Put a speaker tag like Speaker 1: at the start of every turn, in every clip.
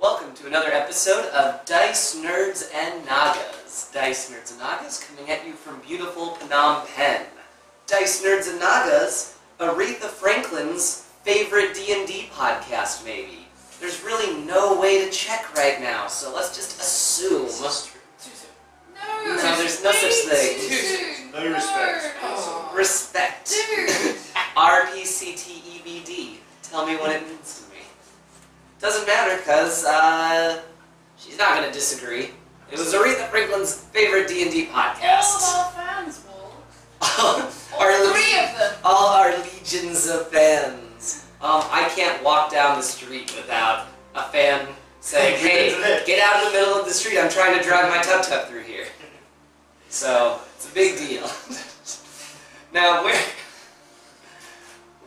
Speaker 1: welcome to another episode of Dice Nerds and Nagas. Dice Nerds and Nagas coming at you from beautiful Phnom Penh. Dice Nerds and Nagas, Aretha Franklin's favorite D&D podcast maybe. There's really no way to check right now, so let's just assume.
Speaker 2: Too soon.
Speaker 1: No,
Speaker 3: No,
Speaker 1: there's no
Speaker 3: way
Speaker 1: such thing.
Speaker 3: too soon.
Speaker 2: No respect.
Speaker 3: No.
Speaker 1: Respect.
Speaker 3: Dude.
Speaker 1: RPCTEVD. E Tell me what it means to me. Doesn't matter, because, uh, she's not going to disagree. It was Aretha Franklin's favorite D&D podcast.
Speaker 3: All of our fans will.
Speaker 1: All
Speaker 3: All
Speaker 1: our, le-
Speaker 3: three of them.
Speaker 1: all our legions of fans. Um, I can't walk down the street without a fan saying,
Speaker 2: We
Speaker 1: hey,
Speaker 2: did it.
Speaker 1: get out of the middle of the street, I'm trying to drive my tub-tub through here. So, it's a big deal. Now, where,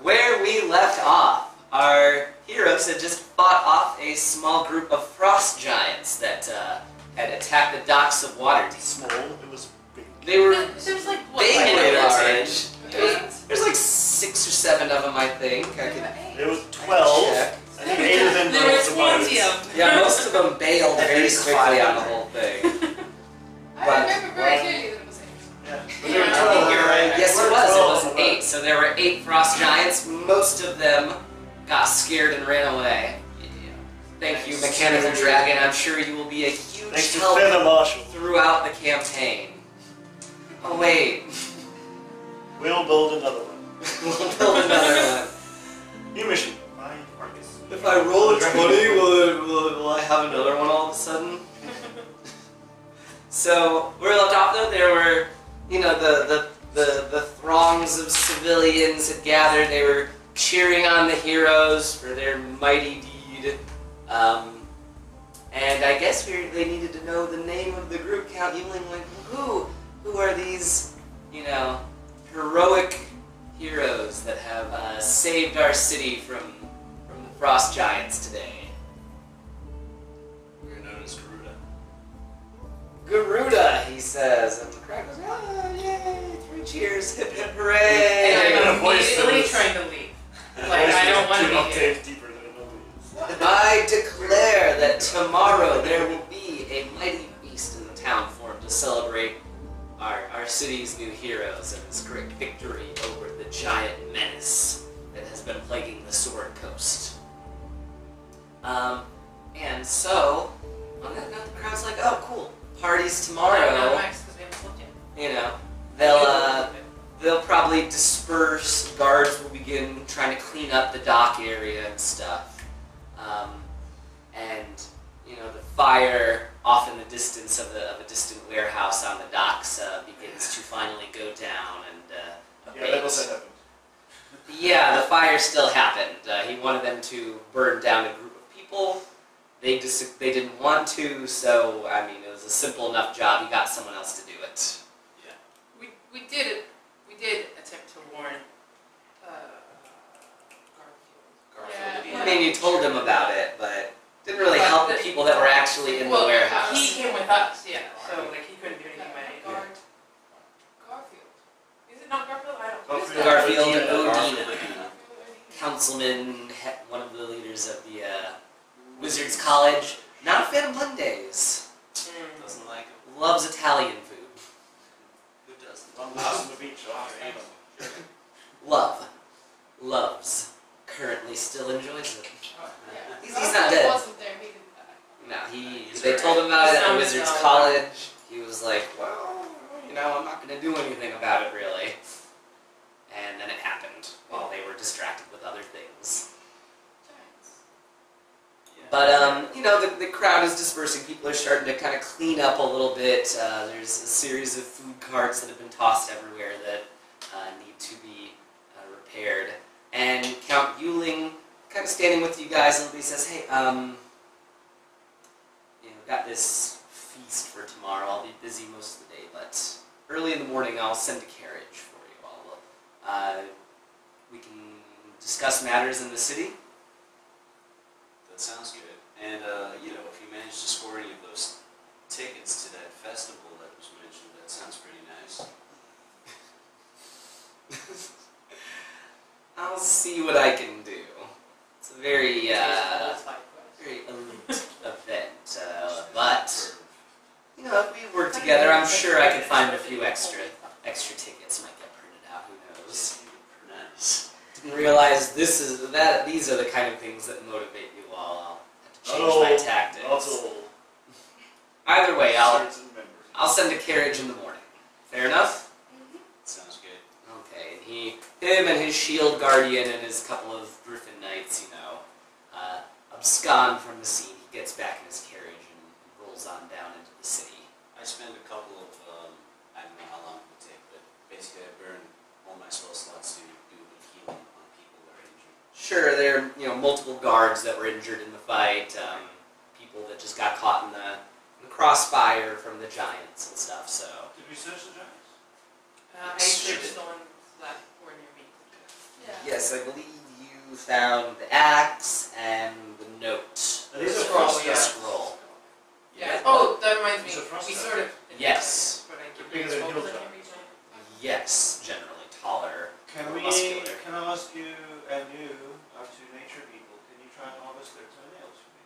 Speaker 1: where we left off, our heroes had just fought off a small group of frost giants that uh, had attacked the docks of Waterdeep.
Speaker 2: Small. It was big.
Speaker 1: They were
Speaker 3: There- There's like what?
Speaker 1: big
Speaker 3: like,
Speaker 1: and
Speaker 2: were
Speaker 1: large.
Speaker 3: eight?
Speaker 1: There's like six or seven of them, I think. I
Speaker 3: There
Speaker 1: could
Speaker 3: were eight.
Speaker 2: There was twelve,
Speaker 1: check.
Speaker 2: and eight of them
Speaker 4: There
Speaker 2: were
Speaker 4: was 20 of them.
Speaker 1: Yeah, most of them bailed
Speaker 2: At
Speaker 1: very
Speaker 2: least
Speaker 1: quickly
Speaker 2: five
Speaker 1: on the
Speaker 2: hundred.
Speaker 1: whole thing.
Speaker 3: I
Speaker 1: But-
Speaker 3: remember very clearly that it was eight.
Speaker 2: Yeah. But there were
Speaker 3: Yeah.
Speaker 2: twelve.
Speaker 1: You're right. Yes,
Speaker 2: There
Speaker 1: it
Speaker 2: were
Speaker 1: was. It
Speaker 2: 12
Speaker 1: was eight. So there were eight frost giants. Most of them got scared and ran away. Thank you, Mechanical Dragon. I'm sure you will be a huge
Speaker 2: Thanks to
Speaker 1: help
Speaker 2: Feather Marshall.
Speaker 1: throughout the campaign. Oh wait,
Speaker 2: We'll build another one.
Speaker 1: we'll build another
Speaker 2: New mission. By Marcus.
Speaker 1: one. If I roll a twenty, will, it, will, will I have another one all of a sudden? So where we left off though, there were, you know, the the the, the throngs of civilians had gathered. They were cheering on the heroes for their mighty deed. Um, and I guess we, they needed to know the name of the group. Count Eveling went, who who are these, you know, heroic heroes that have uh, saved our city from from the frost giants today?
Speaker 4: We're known as Garuda.
Speaker 1: Garuda, he says, and the crowd goes, oh, yay, three cheers, hip hip
Speaker 4: And
Speaker 1: hooray.
Speaker 2: Yeah.
Speaker 4: I'm
Speaker 2: a voice that
Speaker 4: immediately
Speaker 2: was-
Speaker 4: trying to leave.
Speaker 2: The
Speaker 4: Like,
Speaker 2: voice
Speaker 4: I
Speaker 2: was
Speaker 4: don't wanna
Speaker 2: two
Speaker 4: be here.
Speaker 2: octaves deeper than it normally is.
Speaker 1: I declare that tomorrow there will be a mighty feast in the town formed to celebrate our, our city's new heroes and this great victory over the giant menace that has been plaguing the Sword Coast. Um, and so, on that note, the crowd's like, oh, cool, parties
Speaker 4: Not
Speaker 1: tomorrow,
Speaker 4: Max, 'cause we haven't slept yet.
Speaker 1: you know, they'll, uh, They'll probably disperse. Guards will begin trying to clean up the dock area and stuff. Um, and you know the fire off in the distance of, the, of a distant warehouse on the docks uh, begins to finally go down and uh,
Speaker 2: Yeah,
Speaker 1: abate.
Speaker 2: that also happened.
Speaker 1: Yeah, the fire still happened. Uh, he wanted them to burn down a group of people. They dis- they didn't want to, so I mean it was a simple enough job. He got someone else to do it.
Speaker 4: We, we did it. We did attempt to warn uh, Garfield.
Speaker 3: Garfield,
Speaker 1: I mean, you told them about it, but didn't really
Speaker 4: But
Speaker 1: help the
Speaker 4: the-
Speaker 1: people that were actually in
Speaker 4: well,
Speaker 1: the warehouse.
Speaker 4: he came with us, yeah. So like he couldn't do anything about it.
Speaker 3: Guard. Garfield.
Speaker 4: Is it not Garfield? I don't. who's
Speaker 2: Garfield.
Speaker 1: Garfield and
Speaker 2: Yeah,
Speaker 1: Odina,
Speaker 4: Garfield?
Speaker 1: councilman, he- one of the leaders of the uh, Wizards College. Not a fan of Mondays.
Speaker 4: Mm.
Speaker 5: Doesn't like him.
Speaker 1: Loves Italian food.
Speaker 5: Who doesn't?
Speaker 2: Long lost on the beach. oh, man.
Speaker 1: Love. Loves. Currently still enjoys it.
Speaker 3: Yeah.
Speaker 1: He's, he's not dead.
Speaker 3: wasn't there. He didn't die.
Speaker 1: No, he. They told him about it at Wizards College. He was like, well, you know, I'm not going to do anything about it really. And then it happened while they were distracted with other things.
Speaker 3: Giants.
Speaker 1: But um, you know, the, the crowd is dispersing. People are starting to kind of clean up a little bit. Uh, there's a series of food carts that have been tossed everywhere that uh, need to be uh, repaired. And Count Yuling, kind of standing with you guys, and he says, "Hey, um, you know, got this feast for tomorrow. I'll be busy most of the day, but early in the morning, I'll send a carriage for you all. Uh, we can discuss matters in the city."
Speaker 5: That sounds good. And, uh, you know, if you manage to score any of those tickets to that festival that was mentioned, that sounds pretty nice.
Speaker 1: I'll see what I can do. It's a very, uh,
Speaker 4: It's like-
Speaker 1: very elite event. uh, I'm sure I can find a few extra
Speaker 3: Uh,
Speaker 1: extra tickets might get printed out. Who knows?
Speaker 5: Nice.
Speaker 1: Didn't realize this is that. These are the kind of things that motivate you all. I'll have to change my
Speaker 2: Oh,
Speaker 1: tactics.
Speaker 2: Also,
Speaker 1: Either way, I'll
Speaker 2: certain members.
Speaker 1: I'll send a carriage in the morning. Fair enough.
Speaker 5: Sounds good.
Speaker 1: Okay. And he, him, and his shield guardian and his couple of griffin knights, you know, uh, abscond from the scene. He gets back in his carriage and rolls on down into the city.
Speaker 5: I spend a couple of, um, I don't know how long it would take, but basically I burn all my spell slots to do a bit of healing on people who are injured.
Speaker 1: Sure, there are you know multiple guards that were injured in the fight, um, people that just got caught in the, in the crossfire from the giants and stuff. So
Speaker 2: Did we search the giants?
Speaker 4: Uh, I searched the one left or near me.
Speaker 3: Yeah.
Speaker 1: yes, I believe you found the axe and the note.
Speaker 2: Now, These
Speaker 1: The
Speaker 2: are for all the
Speaker 1: the
Speaker 2: axe.
Speaker 1: scroll.
Speaker 4: Yeah. Oh, that reminds
Speaker 2: Is
Speaker 4: me.
Speaker 2: it frost
Speaker 4: We
Speaker 2: there?
Speaker 4: sort of.
Speaker 1: Yes.
Speaker 4: But I give
Speaker 2: Bigger
Speaker 4: you
Speaker 2: than
Speaker 4: twelve
Speaker 2: Hilltop.
Speaker 4: every time.
Speaker 1: Yes, generally taller.
Speaker 2: Can we,
Speaker 1: Muscular.
Speaker 2: can I ask you, and you, our two nature people, can you try and harvest their toenails for me?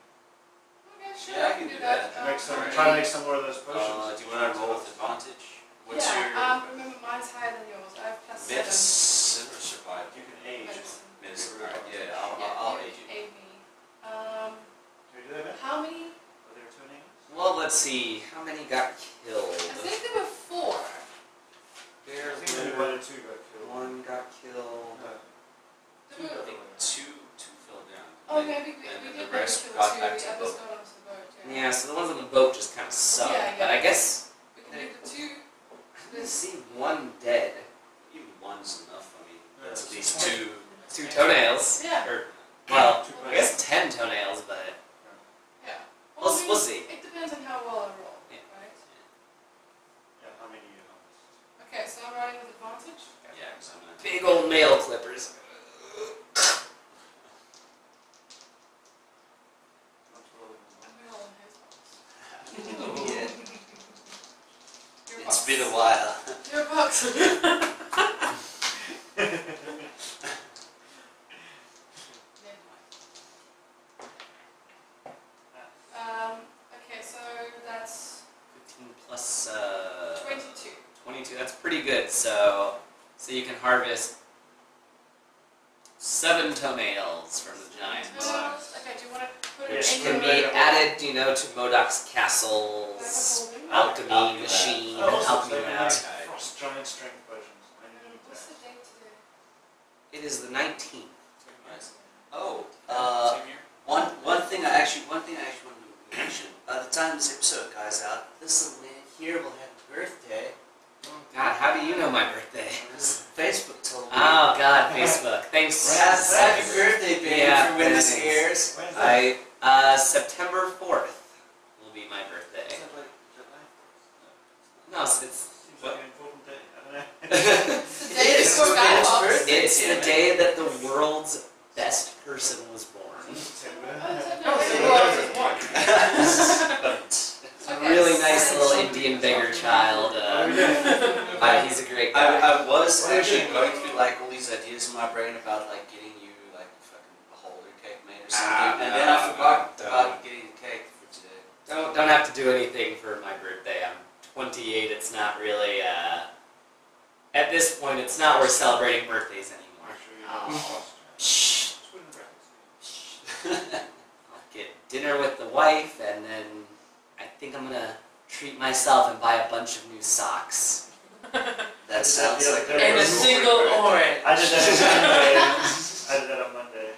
Speaker 3: Okay, sure.
Speaker 5: Yeah, I can do that.
Speaker 3: Um,
Speaker 2: Make some,
Speaker 5: alright.
Speaker 2: try to make some more of those potions.
Speaker 5: Uh, do you want to roll with advantage? What's
Speaker 3: yeah,
Speaker 5: your
Speaker 4: uh,
Speaker 3: um, remember mine's higher than yours. I have plus seven.
Speaker 5: medicine or survival?
Speaker 2: You can age.
Speaker 3: Medicine.
Speaker 5: Medicine, all right, yeah, I'll, I'll, I'll aid you.
Speaker 3: Aid me. Um,
Speaker 2: Can we do that?
Speaker 3: how many?
Speaker 2: Are there toenails?
Speaker 1: Well, let's see how many got killed.
Speaker 3: I think there were four.
Speaker 1: There
Speaker 2: I think
Speaker 1: were-
Speaker 2: one or two Uh, got killed.
Speaker 1: one got killed.
Speaker 2: No.
Speaker 3: There
Speaker 5: I
Speaker 3: were,
Speaker 5: think two, two fell down.
Speaker 3: oh,
Speaker 5: Like,
Speaker 3: maybe we,
Speaker 5: and
Speaker 3: we
Speaker 5: then
Speaker 3: did
Speaker 5: the rest
Speaker 3: manage to
Speaker 5: got
Speaker 3: two.
Speaker 5: back
Speaker 3: the
Speaker 5: to
Speaker 3: others
Speaker 5: boat.
Speaker 3: got onto the boat. Yeah.
Speaker 1: Yeah, so the ones on the boat just kind of sucked.
Speaker 3: Yeah,
Speaker 1: But
Speaker 3: yeah.
Speaker 1: I guess
Speaker 3: We can do the two.
Speaker 1: I didn't see one dead.
Speaker 5: Even one's enough, I mean,
Speaker 2: Yeah,
Speaker 5: that's
Speaker 2: it's
Speaker 5: at least
Speaker 2: fine.
Speaker 5: two.
Speaker 1: Two toenails.
Speaker 3: Yeah.
Speaker 1: Or, well,
Speaker 2: Two
Speaker 1: I guess ten toenails, but
Speaker 3: Yeah.
Speaker 1: We'll
Speaker 3: I
Speaker 1: s-
Speaker 3: mean,
Speaker 1: we'll see.
Speaker 3: It depends on how well I roll,
Speaker 1: Yeah.
Speaker 3: right?
Speaker 2: Yeah, how many you harvest?
Speaker 3: Okay, so I'm riding with advantage.
Speaker 5: Yeah, because I'm not.
Speaker 1: big old nail clippers.
Speaker 2: Not twelve.
Speaker 3: I'm gonna roll in his box.
Speaker 5: Oh, Yeah.
Speaker 3: Your
Speaker 5: It's
Speaker 3: box.
Speaker 5: been a while.
Speaker 3: Your box. Um, Never mind. Um, okay, so that's
Speaker 1: Fifteen plus uh,
Speaker 3: twenty-two.
Speaker 1: Twenty-two. That's pretty good. So, so you can harvest seven toenails from the giant.
Speaker 3: Toenails. Okay, do you want to put it
Speaker 2: Yes,
Speaker 3: in
Speaker 1: Which
Speaker 2: put
Speaker 3: your
Speaker 1: can be
Speaker 2: it back up.
Speaker 1: added, you know, to Modoc's
Speaker 3: Like a
Speaker 1: castles,
Speaker 3: holding?
Speaker 5: I'll-
Speaker 1: alchemy
Speaker 5: Alchemy
Speaker 1: machine,
Speaker 2: Oh, also,
Speaker 1: alchemy
Speaker 2: they make
Speaker 1: lab.
Speaker 5: lab.
Speaker 2: Frost giant strength potions. I need
Speaker 3: What's the
Speaker 2: that.
Speaker 3: date today?
Speaker 1: It is the nineteenth.
Speaker 5: Nice. Oh, uh,
Speaker 2: Same here?
Speaker 5: One one thing I actually one thing I actually wanted to mention. By the time this episode goes out, this little man here will have a birthday.
Speaker 1: Uh, God, how do you know my birthday?
Speaker 5: This Facebook told me.
Speaker 1: Oh God, Facebook. Thanks.
Speaker 5: Happy- happy
Speaker 2: Yes.
Speaker 5: birthday, baby,
Speaker 1: Yeah,
Speaker 5: for when this
Speaker 1: thanks.
Speaker 5: airs.
Speaker 2: When's that?
Speaker 1: I uh, September fourth will be my birthday.
Speaker 2: Is that like July?
Speaker 1: No, it's it's,
Speaker 2: Seems like an important day. I don't know.
Speaker 3: It's the
Speaker 5: It
Speaker 3: day
Speaker 5: is,
Speaker 3: before
Speaker 5: it's Ben's
Speaker 3: Guy Fawkes.
Speaker 5: birthday.
Speaker 1: it's the day that the world's best person was born.
Speaker 3: Oh,
Speaker 2: September.
Speaker 3: it's
Speaker 4: No,
Speaker 3: okay.
Speaker 4: so
Speaker 2: Yeah.
Speaker 4: ours is one.
Speaker 1: It's a
Speaker 3: Okay,
Speaker 1: really nice
Speaker 3: so-
Speaker 1: little Indian beggar child.
Speaker 2: Oh,
Speaker 1: Uh,
Speaker 2: yeah.
Speaker 1: but he's a great
Speaker 5: I,
Speaker 1: guy.
Speaker 5: I was actually going through like all these ideas in my brain about like getting you like fucking a whole cake made or something,
Speaker 1: Ah,
Speaker 5: and then I
Speaker 1: no,
Speaker 5: forgot
Speaker 1: no.
Speaker 5: about getting a cake for today.
Speaker 1: Don't don't have to do anything for my birthday. I'm 28. It's not really. Uh, at this point, it's not worth celebrating birthdays anymore. Shh. I'll get dinner with the wife, and then I think I'm gonna treat myself and buy a bunch of new socks.
Speaker 5: That sounds
Speaker 2: Yeah,
Speaker 5: like
Speaker 2: there
Speaker 4: And a
Speaker 2: was-
Speaker 4: single orange.
Speaker 2: I did that on Monday. I did that on Monday.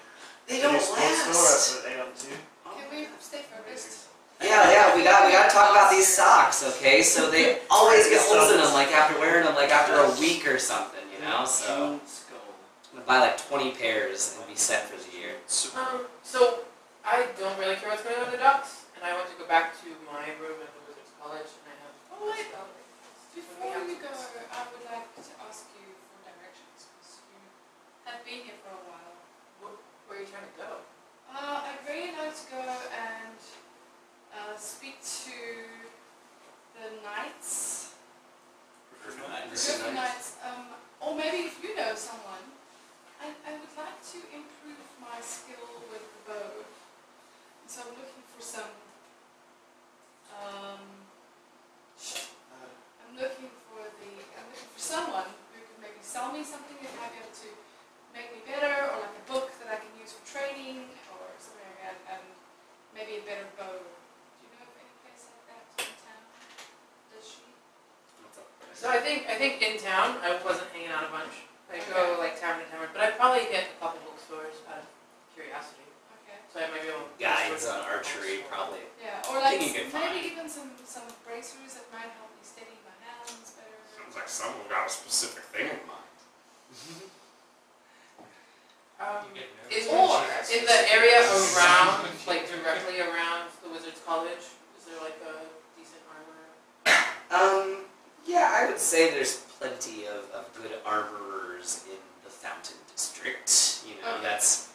Speaker 1: They
Speaker 2: Did you sponsor us with Aeon too?
Speaker 3: Can we stay focused?
Speaker 1: Yeah, yeah, we got we got to talk about these socks, okay? So they always get holes in them, like after wearing them, like after a week or something, you know. So
Speaker 2: June Skull.
Speaker 1: I'm gonna buy like 20 pairs and be set for the year.
Speaker 5: So,
Speaker 4: Um, so I don't really care what's going on with the ducks, and I want to go back to my room at the Wizards College, and I have.
Speaker 3: Oh, wait.
Speaker 4: We
Speaker 3: Before
Speaker 4: have
Speaker 3: you
Speaker 4: to-
Speaker 3: go, I would like to ask you for directions because you have been here for a while.
Speaker 4: Where are you trying to go?
Speaker 3: Uh, I'd really like to go and uh, speak to the knights.
Speaker 1: Griffin
Speaker 3: Griffin
Speaker 1: Knights.
Speaker 3: knights. Um, or maybe if you know someone. I, I would like to improve my skill with the bow. And so I'm looking for some um,
Speaker 2: Uh,
Speaker 4: So I think I think in town I wasn't hanging out a bunch. I go
Speaker 3: Okay.
Speaker 4: like town to town, but I probably hit a couple bookstores out of curiosity.
Speaker 3: Okay.
Speaker 4: So I might be able. to
Speaker 1: Guides
Speaker 4: sort
Speaker 1: on
Speaker 4: of-
Speaker 1: archery, probably.
Speaker 3: Yeah, or like
Speaker 1: Think you can find.
Speaker 3: maybe even some some bracers that might help me steady my hands better.
Speaker 6: Sounds like someone got a specific thing in mind.
Speaker 4: Um,
Speaker 2: You get nervous.
Speaker 4: is
Speaker 3: Or-
Speaker 4: in the area around, like directly around the Wizards College, is there like a decent armor?
Speaker 1: Um, yeah, I would say there's plenty of, of good arborers in the Fountain District. You know,
Speaker 3: Okay.
Speaker 1: that's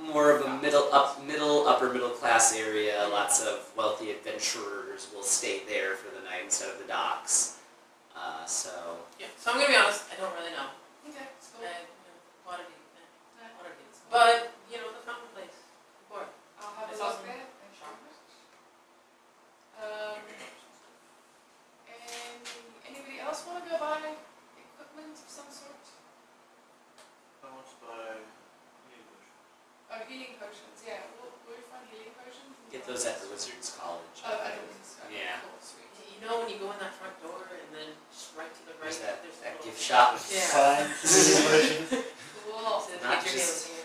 Speaker 1: more of a middle up, middle upper middle class area. Lots of wealthy adventurers will stay there for the night instead of the docks. Uh, so
Speaker 4: Yeah. So I'm gonna be honest, I don't really know.
Speaker 3: Okay, it's cool.
Speaker 4: And, you know, quantity, eh,
Speaker 3: Yeah,
Speaker 4: quantity. But you know the fountain place, of course.
Speaker 3: I'll have a
Speaker 4: It's
Speaker 3: look
Speaker 4: awesome.
Speaker 3: there. and show you. Um, and anybody else want to go buy equipment of some sort?
Speaker 2: I want to buy new bush.
Speaker 3: Oh, healing potions. Yeah, we'll, we'll find healing potions. and
Speaker 1: get those at the Wizards College.
Speaker 3: Oh, I don't think so.
Speaker 1: Yeah.
Speaker 3: Cool, sweet.
Speaker 4: You know when you go in that front door and then just right to the right,
Speaker 1: There's that,
Speaker 4: there's
Speaker 1: that
Speaker 4: little-
Speaker 1: gift shop.
Speaker 4: Yeah.
Speaker 2: Find healing potions.
Speaker 3: Cool.
Speaker 4: Says
Speaker 1: Not
Speaker 4: Major
Speaker 1: just-
Speaker 4: Galen here.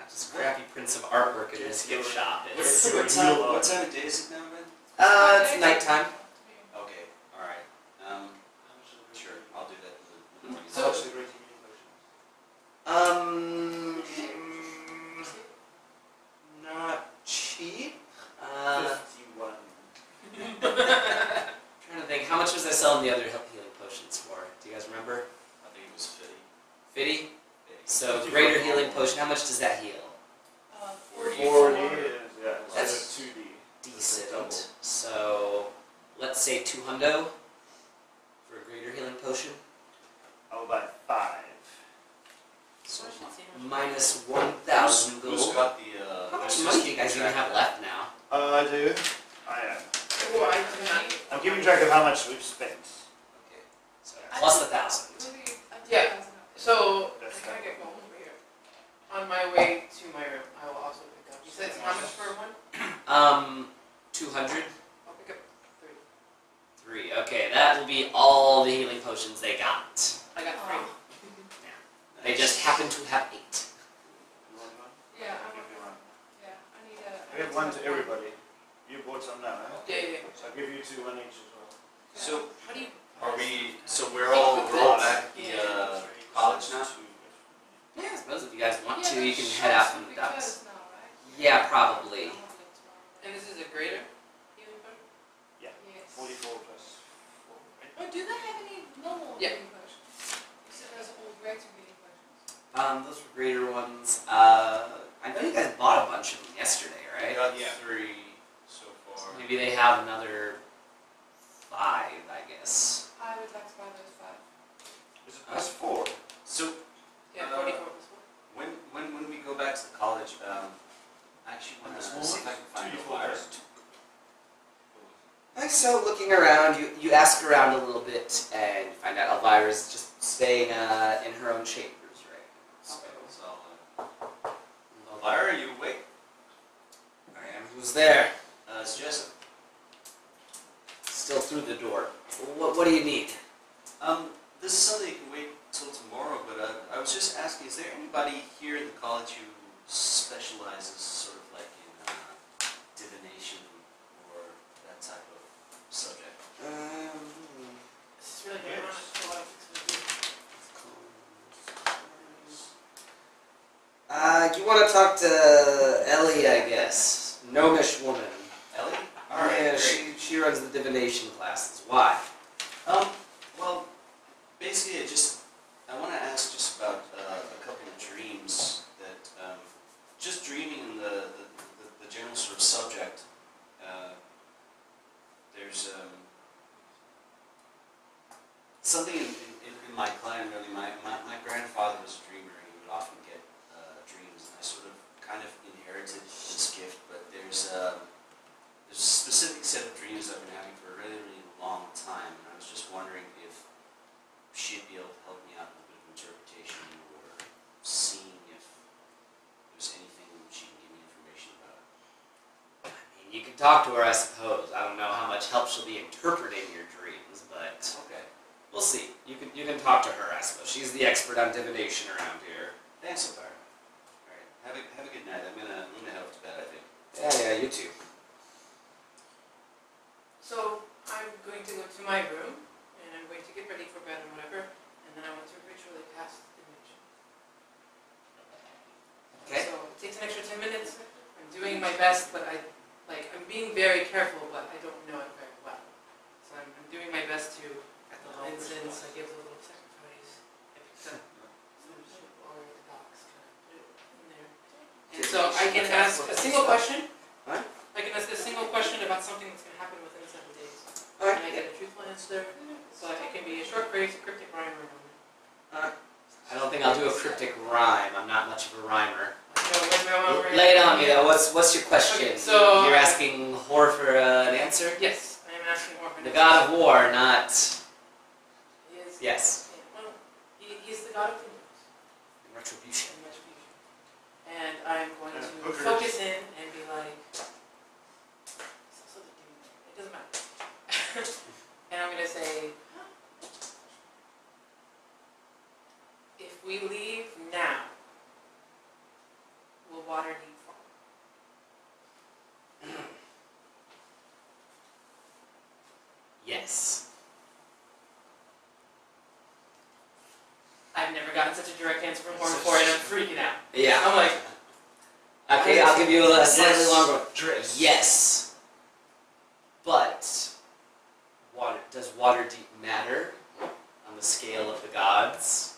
Speaker 1: Not just crappy prints of artwork in this gift shop. It's,
Speaker 5: What, what, time, what time of day is it now, Ben?
Speaker 1: uh, it's nighttime.
Speaker 5: Okay, alright. Um, sure, I'll do that in the morning.
Speaker 2: How much is the great healing potion?
Speaker 1: Um, Mm-hmm. not cheap. Uh,
Speaker 2: Fifty-one.
Speaker 1: trying to think, how much was I selling the other health healing potions for? Do you guys remember?
Speaker 5: I think it was fifty.
Speaker 1: Fifty.
Speaker 5: days.
Speaker 1: So greater healing potion. How much does that heal?
Speaker 3: Uh,
Speaker 5: Forty.
Speaker 2: Four years, yeah.
Speaker 1: That's-
Speaker 2: so two D. Double.
Speaker 1: Decent. So let's say two hundo for a greater healing potion.
Speaker 2: I will buy five.
Speaker 5: So
Speaker 4: So I should see how much-
Speaker 1: Minus one thousand
Speaker 5: Who's who's
Speaker 1: gold.
Speaker 5: got the, uh...
Speaker 1: How much
Speaker 5: who's
Speaker 1: money do you guys even
Speaker 5: track-
Speaker 1: have left now?
Speaker 2: Uh, I do. I am.
Speaker 4: Oh, I do not.
Speaker 2: I'm keeping track of how much we've spent.
Speaker 5: Okay.
Speaker 1: So plus the thousand.
Speaker 3: Maybe a
Speaker 4: Yeah.
Speaker 3: thousand.
Speaker 4: So
Speaker 2: That's
Speaker 4: can I
Speaker 2: not-
Speaker 4: get one over here? On my way to my room, I will also pick up. You said it's how much for one?
Speaker 1: Um, two hundred.
Speaker 4: I'll pick up three.
Speaker 1: Three. Okay, that will be all the healing potions they got.
Speaker 4: I got three.
Speaker 3: Oh,
Speaker 1: They just happen to have eight.
Speaker 2: You want one?
Speaker 3: Yeah,
Speaker 2: I'll
Speaker 3: I'm,
Speaker 2: give you one.
Speaker 3: yeah, I need a.
Speaker 2: I give one to everybody. You bought some now, huh?
Speaker 4: Yeah, yeah. yeah.
Speaker 2: So I'll give you two, one each as well.
Speaker 5: So,
Speaker 4: What do you?
Speaker 5: are we, so we're all, we're all back at the, uh, college now?
Speaker 1: Yeah, I suppose if you guys want
Speaker 3: Yeah,
Speaker 1: to, you
Speaker 3: the
Speaker 1: can
Speaker 3: shops
Speaker 1: head out from
Speaker 3: would be
Speaker 1: the docks.
Speaker 3: closed now, right?
Speaker 1: Yeah,
Speaker 3: I'll
Speaker 1: probably.
Speaker 3: have a look tomorrow.
Speaker 4: And this is a grader healing potion?
Speaker 3: Yes.
Speaker 2: Forty-four plus four.
Speaker 3: Oh, do they have any normal
Speaker 4: Yeah.
Speaker 3: healing potions? You said those are all greater healing potions.
Speaker 1: Um, those were greater ones. Uh, I know you guys bought a bunch of them yesterday,
Speaker 5: I
Speaker 1: right?
Speaker 5: got three so far.
Speaker 1: Maybe they have another five, I guess.
Speaker 3: I would like to buy those five.
Speaker 2: Is it plus four?
Speaker 5: So,
Speaker 4: Yeah,
Speaker 5: Uh,
Speaker 4: forty-four plus one.
Speaker 5: When, when, when we go back to the college, um, I actually want to
Speaker 2: This
Speaker 5: see if I
Speaker 2: one?
Speaker 5: can find
Speaker 2: Two,
Speaker 5: a
Speaker 2: four,
Speaker 5: wire.
Speaker 2: plus two.
Speaker 1: Like so, looking around, you, you ask around a little bit and find out Elvira's just staying uh, in her own chambers, right?
Speaker 5: So, so, uh, Elvira, are you awake?
Speaker 1: I am. Who's there?
Speaker 5: Uh, it's Jessup.
Speaker 1: Still through the door. What, what do you need?
Speaker 5: Um, this is something you can wait till tomorrow, but uh, I was just asking, is there anybody here in the college who specializes sort of like in uh, divination or that type of subject?
Speaker 1: Um,
Speaker 4: This is really good. I'm not sure what I'm gonna
Speaker 1: Uh,
Speaker 4: do.
Speaker 1: you want to talk to Ellie, I guess. Gnomish woman.
Speaker 5: Ellie? All right,
Speaker 1: yeah,
Speaker 5: great.
Speaker 1: she, she runs the divination classes. Why?
Speaker 5: Um, well, basically, I just I want to ask just about uh, a couple of dreams that um, just dreaming in the, the, the, the general sort of subject. Uh, there's um, something in, in, in- in my clan really. My, my my grandfather was a dreamer, and he would often get uh, dreams, and I sort of kind of inherited this gift. But there's um, there's a specific set of dreams I've been having for a really, really long time, and I was just wondering if she'd be able to help me out with a bit of interpretation or seeing if there's anything she can give me information about.
Speaker 1: I mean, you can talk to her, I suppose. I don't know how much help she'll be interpreting your dreams, but
Speaker 5: Okay.
Speaker 1: We'll see. You can you can talk to her, I suppose. She's the expert on divination around here.
Speaker 5: Thanks, Alvaro. All right, have a, have a good night. I'm gonna, I'm gonna head up to bed, I think.
Speaker 1: Yeah, yeah, you too.
Speaker 4: So I'm going to go to my room and I'm going to get ready for bed and whatever, and then I want to ritually cast image.
Speaker 1: Okay.
Speaker 4: So it takes an extra ten minutes. I'm doing my best, but I like I'm being very careful, but I don't know it very well. So I'm, I'm doing my best to at the
Speaker 5: Oh,
Speaker 4: incense. I give a little sacrifice. I picked up some sort of oil in the box, kind of put it in there. And so I can ask a single question.
Speaker 1: Huh?
Speaker 4: I can ask a single question about something that's going to happen within seven days.
Speaker 1: All
Speaker 4: And I
Speaker 1: right.
Speaker 4: get a truthful answer, so it can be a short phrase, a cryptic rhyme, or a
Speaker 1: I don't think I'll do a cryptic rhyme. I'm not much of a rhymer.
Speaker 4: no,
Speaker 5: Oh,
Speaker 4: no, no, no,
Speaker 1: Lay it on me
Speaker 4: no.
Speaker 1: though. What's what's your question?
Speaker 4: Okay, so-
Speaker 1: You're asking Hor for uh, an answer.
Speaker 4: Yes, I am asking Orphan.
Speaker 1: The god of war, not
Speaker 4: He is-
Speaker 1: Yes.
Speaker 4: Well, he, he's the god of kingdoms
Speaker 1: retribution.
Speaker 4: and retribution. And I'm going
Speaker 2: And
Speaker 4: to
Speaker 2: hookers.
Speaker 4: focus in and be like, it's also the demon. It doesn't matter. and I'm going to say, if we leave now, will water deep fall?
Speaker 1: Yes.
Speaker 4: I've never gotten such a direct answer from Horn before, and I'm freaking out.
Speaker 1: Yeah.
Speaker 4: I'm like,
Speaker 1: Okay, I'll give you a slightly
Speaker 5: Yes.
Speaker 1: longer one.
Speaker 5: Dress.
Speaker 1: Yes. But water does water deep matter on the scale of the gods?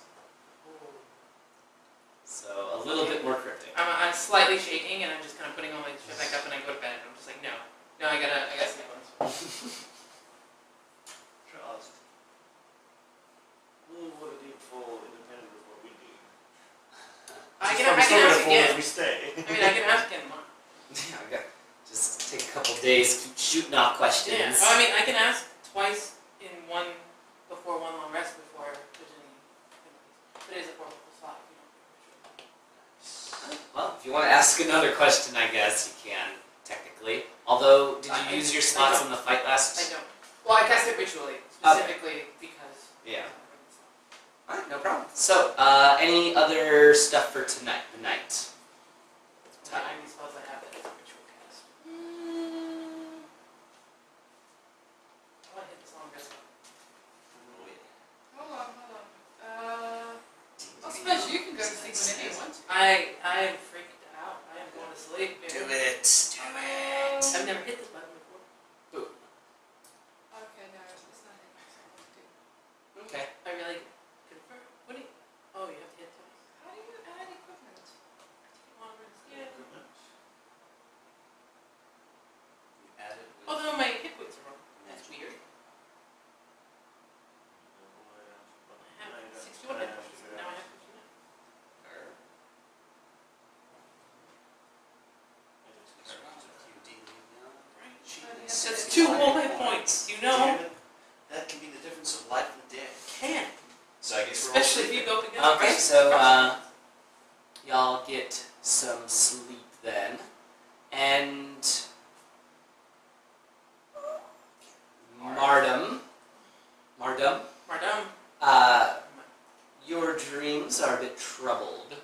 Speaker 1: So a little bit more cryptic.
Speaker 4: I'm, I'm slightly shaking, and I'm just kind of putting all my shit back up, and I go to bed, and I'm just like, no, no, I gotta, I gotta sleep on this. one.
Speaker 2: Trust. We'll would deep fall independent of what we do.
Speaker 4: I
Speaker 2: Just
Speaker 4: can,
Speaker 2: from
Speaker 4: I can
Speaker 2: solar
Speaker 4: ask
Speaker 2: fall
Speaker 4: again.
Speaker 2: If we stay.
Speaker 4: I mean, I can ask again. Mark.
Speaker 1: Yeah, I got just take a couple days, keep shooting off questions.
Speaker 4: Yeah. Oh, I mean, I can ask twice in one before one long rest before visioning. But it is a four level slot. You know.
Speaker 1: Well, if you want to ask another question, I guess you can technically. Although, did
Speaker 4: I-
Speaker 1: you use your spots in the fight
Speaker 4: I
Speaker 1: last?
Speaker 4: don't. Well, I cast it ritually, specifically because.
Speaker 1: Yeah. All right, no problem. So, uh, any other stuff for tonight? The night.
Speaker 4: Time. I mean, spells I have that is a ritual cast.
Speaker 3: Mm,
Speaker 4: I want to hit this long rest.
Speaker 3: Hold on, hold on. Uh, I suppose you can go to sleep whenever you want to.
Speaker 4: I I am freaked out. I am going to sleep.
Speaker 5: Do it.
Speaker 3: Um,
Speaker 4: I've never hit this button before.
Speaker 3: Okay, no, it's not it. It's not what to do.
Speaker 1: Okay.
Speaker 4: I really confirm. What do you? Oh, you have to hit twice.
Speaker 3: How do you add equipment?
Speaker 4: Long rest. Yeah.
Speaker 5: Add it with-
Speaker 4: Although my hit points are wrong. That's weird. I have 61 hit points. and Now I have 59. That's two whole hit points. You know,
Speaker 5: That can be the difference of life and death.
Speaker 4: can.
Speaker 5: So I guess we're all
Speaker 4: Especially if you
Speaker 5: sleeping.
Speaker 4: go up against.
Speaker 1: Okay, so uh, y'all get some sleep then, and Mardum, Mardum,
Speaker 4: Mardum.
Speaker 1: uh, your dreams are a bit troubled,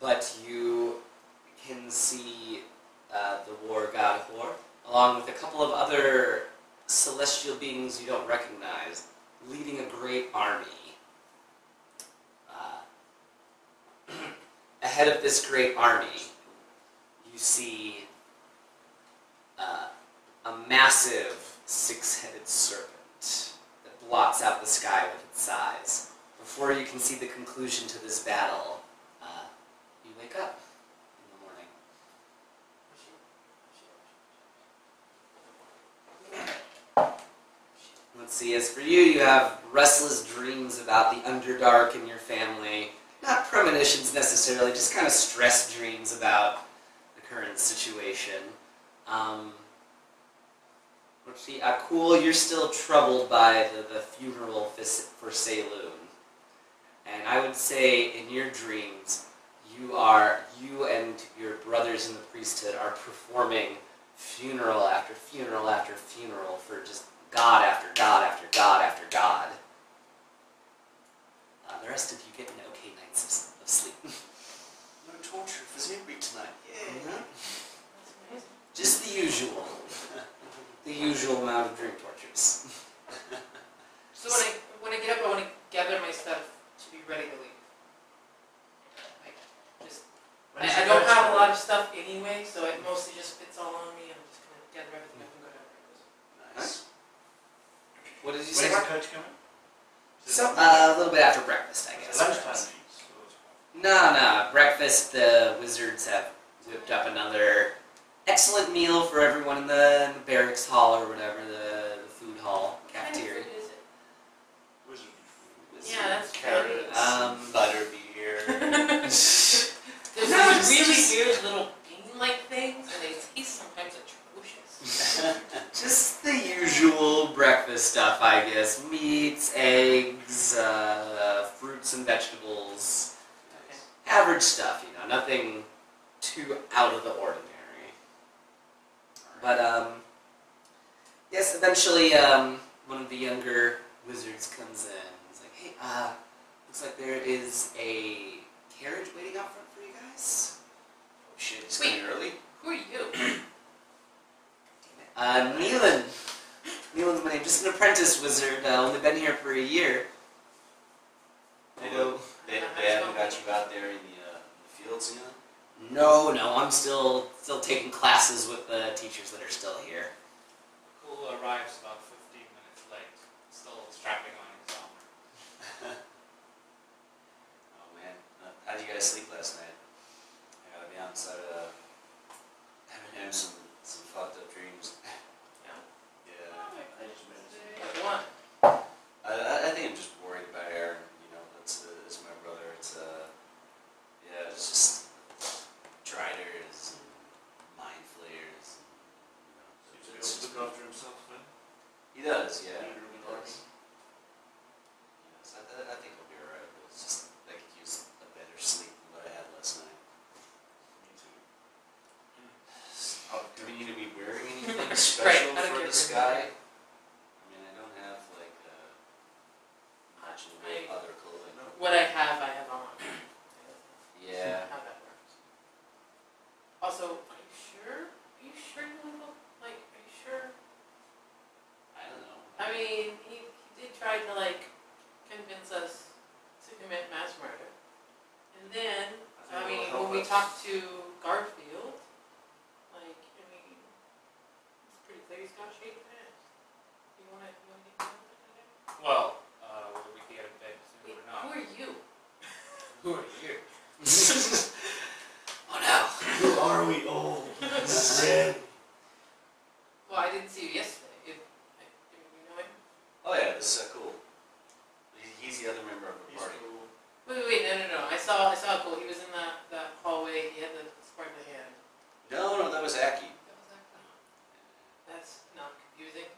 Speaker 1: but you can see uh, the war god Hor, along with a couple of other celestial beings you don't recognize, leading a great army. Uh, ahead of this great army, you see uh, a massive six headed serpent that blots out the sky with its size. Before you can see the conclusion to this battle, uh, you wake up in the morning. Let's see, as for you, you have restless dreams about the Underdark and your family. Not premonitions necessarily, just kind of stress dreams about the current situation. Um, let's see, Akul, you're still troubled by the, the funeral fis- for Saloon. And I would say in your dreams, you are, you and your brothers in the priesthood are performing funeral after funeral after funeral for just God after God after God after God. Uh, the rest of you get an okay nights of, s- of sleep.
Speaker 5: No torture for Zimri tonight. Yeah.
Speaker 1: Mhm. Just the usual. the usual amount of dream tortures.
Speaker 4: So when I, when I get up, I want to gather my stuff to be ready to leave. Like, just, I, I don't have a lot of stuff anyway, so it mostly just fits all on me, and I'm just gonna gather everything up and go to breakfast.
Speaker 5: Nice.
Speaker 1: What did you
Speaker 2: When's
Speaker 1: say?
Speaker 2: the coach coming? Is it-
Speaker 1: So, uh, a little bit after breakfast, I
Speaker 2: It's
Speaker 1: guess.
Speaker 2: lunchtime, so it's-
Speaker 1: No, no. Breakfast, the wizards have whipped up another excellent meal for everyone in the, in the barracks hall or whatever, the, the food hall, cafeteria.
Speaker 3: What kind of food is it?
Speaker 2: Wizard.
Speaker 4: Yeah, that's
Speaker 5: Carrots,
Speaker 1: Um,
Speaker 5: butterbeer.
Speaker 4: There's
Speaker 1: Yes.
Speaker 4: these really weird little bean-like things, and they taste sometimes atrocious.
Speaker 1: Just the usual breakfast stuff, I guess. Meats, eggs, uh, fruits and vegetables.
Speaker 4: Okay.
Speaker 1: Average stuff, you know, nothing too out of the ordinary. But, um, yes, eventually, um, one of the younger wizards comes in. He's like, hey, uh, looks like there is a carriage waiting out front for you guys.
Speaker 5: Shit, it's getting early.
Speaker 4: Who are you?
Speaker 1: Uh, Neelan. Neelan's my name. Just an apprentice wizard. Uh, only been here for a year.
Speaker 5: They don't. They, they haven't got you out there in the, uh, the fields yet.
Speaker 1: No, no, I'm still still taking classes with the teachers that are still here.
Speaker 7: Cool arrives about 15 minutes late, still strapping on his armor.
Speaker 5: Oh man, Uh, how'd you guys sleep last night? I gotta be honest, I uh, having had some some fucked up dreams.
Speaker 4: Yeah.
Speaker 5: Yeah.
Speaker 3: Oh, I just missed it.
Speaker 4: Like, one.
Speaker 5: I, I, I think I'm just worried about Aaron. You know, that's uh, it's my brother. It's uh, yeah, it's just triders and mind flayers. And, you know, it's
Speaker 2: He's
Speaker 5: just-
Speaker 2: looking after himself, man.
Speaker 5: he does, yeah.
Speaker 2: Yeah,
Speaker 5: He
Speaker 2: dark.
Speaker 5: does. Yes, I, I- I think I'll be alright. It's just I could use a better sleep than what I had last night.
Speaker 2: Me too.
Speaker 5: Oh, do we need to be wearing anything special
Speaker 4: I
Speaker 5: for
Speaker 4: don't care.
Speaker 5: the sky? I mean, I don't have like uh, much in the way of other clothing.
Speaker 2: No.
Speaker 4: What I have, I have on.
Speaker 5: Yeah.
Speaker 4: How that works. Also, are you sure? Are you sure you want to, like, are you sure?
Speaker 5: I don't know.
Speaker 4: I mean, he, he did try to, like, convince us to commit mass murder. And then, I mean, when we talked to Garfield, like, I mean, it's pretty clear he's got shaved head. You wanna, you wanna get down with it?
Speaker 7: Well, uh, whether we can get in bed soon
Speaker 4: Wait,
Speaker 7: or
Speaker 4: who
Speaker 7: not.
Speaker 4: are you?
Speaker 7: Who are you?
Speaker 1: Oh no!
Speaker 2: Who are we? Oh, Red.
Speaker 4: Well, I didn't see you yesterday. If, I, do you know him?
Speaker 5: Oh yeah, this is uh, cool. He- He's the other member of the
Speaker 2: He's
Speaker 5: party.
Speaker 2: cool.
Speaker 4: Wait, wait, wait, no, no, no. I saw, I saw Cole. He was in that, that hallway. He had the sparkly hand.
Speaker 5: No, no, that was Aki.
Speaker 3: That was like-
Speaker 4: That's not confusing.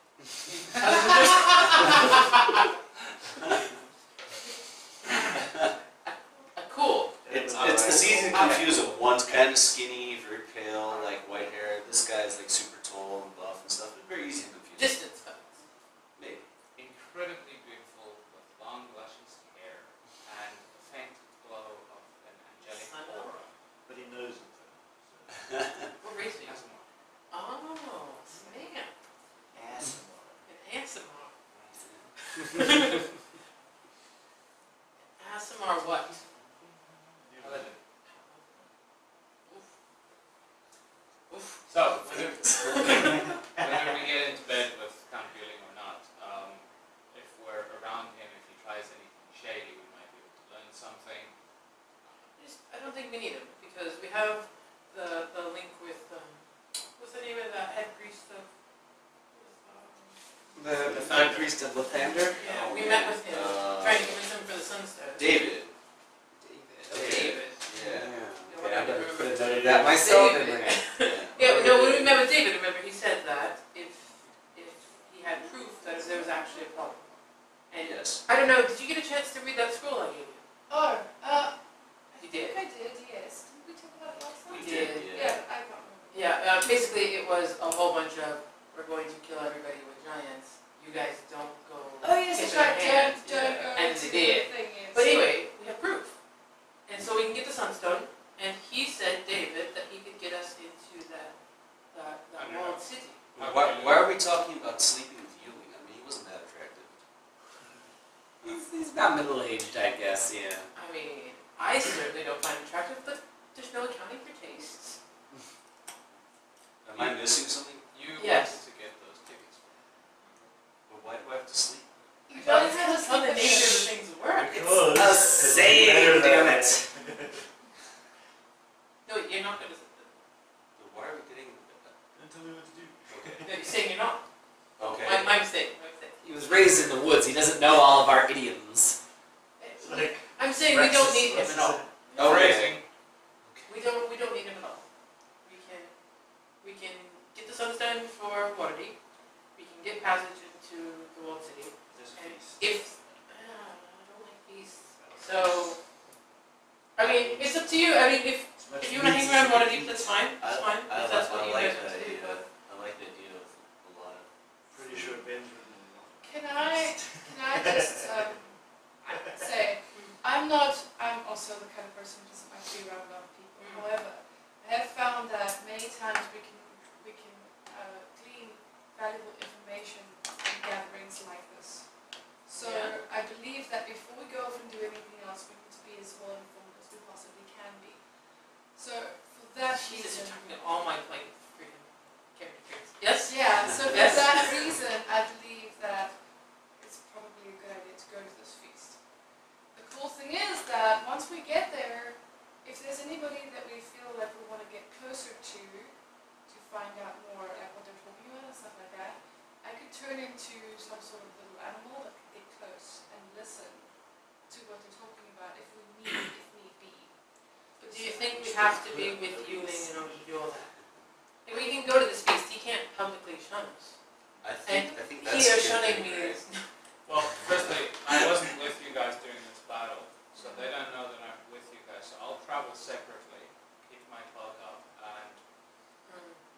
Speaker 4: Uh, cool.
Speaker 5: It's, it's, it's easy to confuse him. One's kind of skinny, very pale, like white hair. This guy's like super tall and buff and stuff. It's very easy to confuse.
Speaker 4: Distance cuts.
Speaker 5: Maybe.
Speaker 7: Incredibly beautiful, with long luscious hair and a faint glow of an angelic
Speaker 4: Sun.
Speaker 7: aura.
Speaker 2: But he knows it.
Speaker 4: What race
Speaker 7: He
Speaker 4: are you?
Speaker 7: has a mark.
Speaker 4: Oh, man. An ASMR. ASMR what?
Speaker 7: Paladin.
Speaker 4: Oof.
Speaker 7: So, whether, whether we get into bed with Count Bueling or not, um, if we're around him, if he tries anything shady, we might be able to learn something.
Speaker 4: I just- I don't think we need him because we have the, the link with, um, what's the name of that head grease stuff?
Speaker 7: Oh,
Speaker 1: The, the third priest of Lathander?
Speaker 4: Yeah, we met with him,
Speaker 5: Uh,
Speaker 4: trying to convince him for the sunstone.
Speaker 5: David.
Speaker 4: David.
Speaker 5: Yeah.
Speaker 1: Okay, I'm gonna put a note of that myself in my
Speaker 5: yeah.
Speaker 4: Yeah, no, when we met with David, remember, he said that if, if he had proof that there was actually a problem. And
Speaker 5: Yes.
Speaker 4: I don't know, did you get a chance to read that scroll I gave you?
Speaker 3: Oh, uh,
Speaker 4: You
Speaker 3: I
Speaker 4: did.
Speaker 3: think I did, yes. Did we talk about it last
Speaker 5: We
Speaker 3: time?
Speaker 5: did.
Speaker 4: did.
Speaker 5: Yeah.
Speaker 3: Yeah, I can't remember.
Speaker 4: Yeah, uh, basically it was a whole bunch of, we're going to kill everybody with giants, you guys don't go.
Speaker 3: Oh, yes,
Speaker 4: kiss
Speaker 3: that's right,
Speaker 4: their hand."
Speaker 3: don't, don't go
Speaker 4: And
Speaker 3: into
Speaker 4: they
Speaker 3: the
Speaker 4: did.
Speaker 3: thing, yes.
Speaker 4: But anyway, own city.
Speaker 7: How
Speaker 5: Why,
Speaker 7: can you-
Speaker 5: why are we talking about sleeping with Ewing? I mean, he wasn't that attractive.
Speaker 1: He's, he's about middle aged, I guess. Yeah.
Speaker 4: I mean, I certainly don't find it attractive, but there's no accounting for tastes.
Speaker 5: Am I missing something?
Speaker 7: You
Speaker 4: Yes.
Speaker 7: wanted to get those tickets.
Speaker 5: But why do I have to sleep?
Speaker 3: You
Speaker 4: Well,
Speaker 3: don't
Speaker 4: it's
Speaker 3: have to
Speaker 4: how
Speaker 3: sleep
Speaker 4: the nature
Speaker 3: with
Speaker 4: of things work. It's-
Speaker 2: Because.
Speaker 1: A
Speaker 2: it's
Speaker 1: saying,
Speaker 2: better
Speaker 1: damn
Speaker 2: than-
Speaker 1: it.
Speaker 4: No, you're not gonna,
Speaker 5: But why are we getting?
Speaker 2: Until we went to do.
Speaker 5: Okay.
Speaker 4: no, you're saying you're not.
Speaker 5: Okay.
Speaker 4: My, my mistake, my mistake.
Speaker 1: He was raised in the woods. He doesn't know all of our idioms.
Speaker 2: It's like.
Speaker 4: I'm saying we don't need him at all.
Speaker 5: Oh,
Speaker 7: Phrasing.
Speaker 5: okay.
Speaker 4: We don't, we don't need him at all. We can, we can get this understanding for Waterdeep. We can get passage into the walled city.
Speaker 2: There's a
Speaker 4: And
Speaker 2: feast.
Speaker 4: if, ah, I don't like these. So, I mean, it's up to you. I mean, if,
Speaker 2: It's much
Speaker 4: if you wanna hang
Speaker 2: meat.
Speaker 4: around Waterdeep, that's fine,
Speaker 5: I,
Speaker 4: that's fine.
Speaker 5: I,
Speaker 4: If that's
Speaker 5: I
Speaker 4: what you
Speaker 5: like
Speaker 4: guys
Speaker 5: the uh,
Speaker 4: want to do,
Speaker 5: idea.
Speaker 4: but.
Speaker 5: I like the idea of a lot of.
Speaker 2: Pretty sure Ben's written
Speaker 3: Can I, can I just um, say, I'm not, I'm also the kind of person who doesn't like to be around a lot of people.
Speaker 4: Mm.
Speaker 3: However, I have found that many times we can, we can uh, glean valuable information in gatherings like this. So
Speaker 4: Yeah.
Speaker 3: I believe that before we go off and do anything else, we need to be as well informed as we possibly can be. So for that
Speaker 4: Jesus,
Speaker 3: reason,
Speaker 4: you're talking to all my like freaking characters. Yes?
Speaker 3: Yeah, so for
Speaker 4: Yes.
Speaker 3: that reason, I believe that it's probably a good idea to go to this feast. The cool thing is that once we get there, if there's anybody that we feel like we want to get closer to, to find out more like what they're talking about and stuff like that, I could turn into some sort of little animal that could get close and listen to what they're talking about if we need, if need be.
Speaker 4: But do you think we have to be with you in order to do all that? And we can go to this feast, he can't publicly shun us.
Speaker 5: I think I think
Speaker 4: He
Speaker 5: that's. a
Speaker 4: or
Speaker 5: good
Speaker 4: shunning
Speaker 5: thing,
Speaker 4: me
Speaker 5: right?
Speaker 4: is.
Speaker 7: Well, firstly, I wasn't with you guys during this battle, so they don't know that I'm with you guys. So I'll travel separately, keep my plug up, and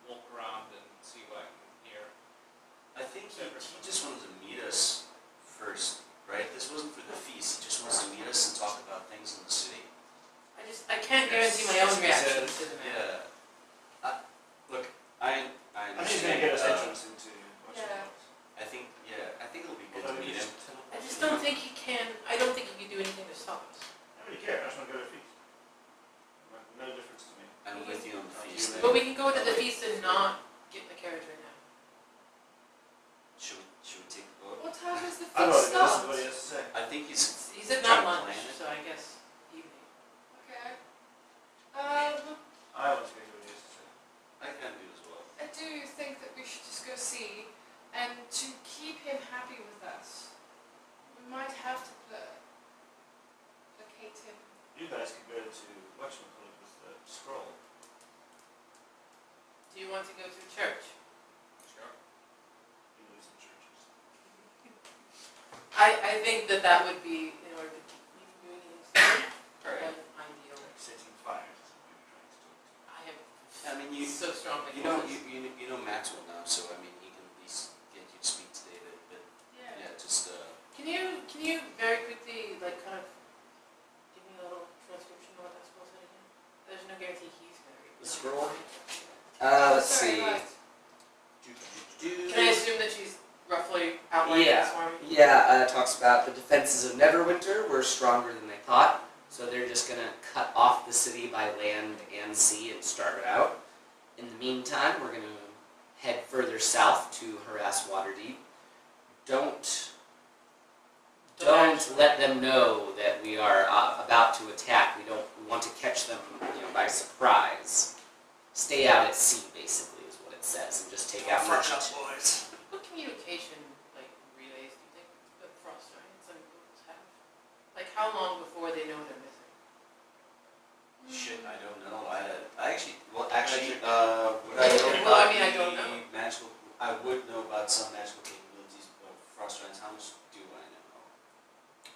Speaker 7: walk around and see what I can hear.
Speaker 5: I think he, he just wanted to meet us first, right? This wasn't for the feast. He just wants to meet us and talk about things in the city.
Speaker 4: I just, I can't guarantee my own reaction to the man.
Speaker 5: Yeah. I, look, I I
Speaker 2: I'm just gonna get
Speaker 5: understand.
Speaker 2: us
Speaker 5: uh,
Speaker 2: entrance into what's
Speaker 3: Yeah.
Speaker 5: I think yeah. I think it'll be good
Speaker 2: Although
Speaker 5: to
Speaker 2: we
Speaker 5: meet him.
Speaker 2: just-
Speaker 4: I just don't think he can, I don't think he can do anything to stop us.
Speaker 2: I don't really care, I just wanna go to a feast. No difference to me.
Speaker 5: I'm with you on the feast.
Speaker 4: But we can go to the feast and not get in the carriage right now.
Speaker 5: Should we, should we take the boat?
Speaker 3: What time does the
Speaker 2: I don't
Speaker 3: feast
Speaker 2: know, this is
Speaker 3: start?
Speaker 2: what he has to say.
Speaker 5: I think he's
Speaker 4: It's- He said
Speaker 5: Trying
Speaker 4: not
Speaker 5: to
Speaker 4: lunch,
Speaker 5: plan it.
Speaker 4: so I guess evening.
Speaker 3: Okay. Um,
Speaker 2: I was gonna go to his.
Speaker 5: I can do as well.
Speaker 3: I do think that we should just go see, and to keep him happy with us, we might have to pl- placate him.
Speaker 2: You guys could go to whatchamacallit with the scroll.
Speaker 4: Do you want to go to church?
Speaker 7: Sure.
Speaker 2: You lose the churches.
Speaker 4: I, I think that that would be, in order to keep me from doing anything,
Speaker 5: Alright.
Speaker 4: an ideal.
Speaker 2: Like setting fires is what you're trying to talk to.
Speaker 4: I have
Speaker 5: I mean, you
Speaker 4: so strong
Speaker 5: you know you, you you know Maxwell now, so I mean he can at least get you to speak to David. But yeah, just uh,
Speaker 4: Can you can you very quickly like kind of give me a little transcription of what that spell said again? There's no guarantee he's gonna read.
Speaker 1: The scroll? Uh, let's
Speaker 3: Sorry,
Speaker 1: see.
Speaker 3: right.
Speaker 1: Do, do, do, do.
Speaker 4: Can I assume that she's roughly outlining
Speaker 1: Yeah.
Speaker 4: this for me?
Speaker 1: Yeah, uh, it talks about the defenses of Neverwinter were stronger than they thought, so they're just gonna cut off the city by land and sea and starve it out. In the meantime, we're gonna head further south to harass Waterdeep. Don't don't let them know that we are uh, about to attack. We don't we want to catch them, you know, by surprise. Stay out at sea, basically, is what it says, and just take out merchant.
Speaker 5: boys.
Speaker 4: What communication like relays do you think the frost giants and ghouls have? Like how long before they know they're missing?
Speaker 3: hmm.
Speaker 5: Shit, I don't know. I, I actually, well, actually, uh, would I know
Speaker 4: Well, I
Speaker 5: about
Speaker 4: mean, I don't
Speaker 5: the
Speaker 4: know.
Speaker 5: magical? I would know about some magical capabilities, but frost giants. How much do I know?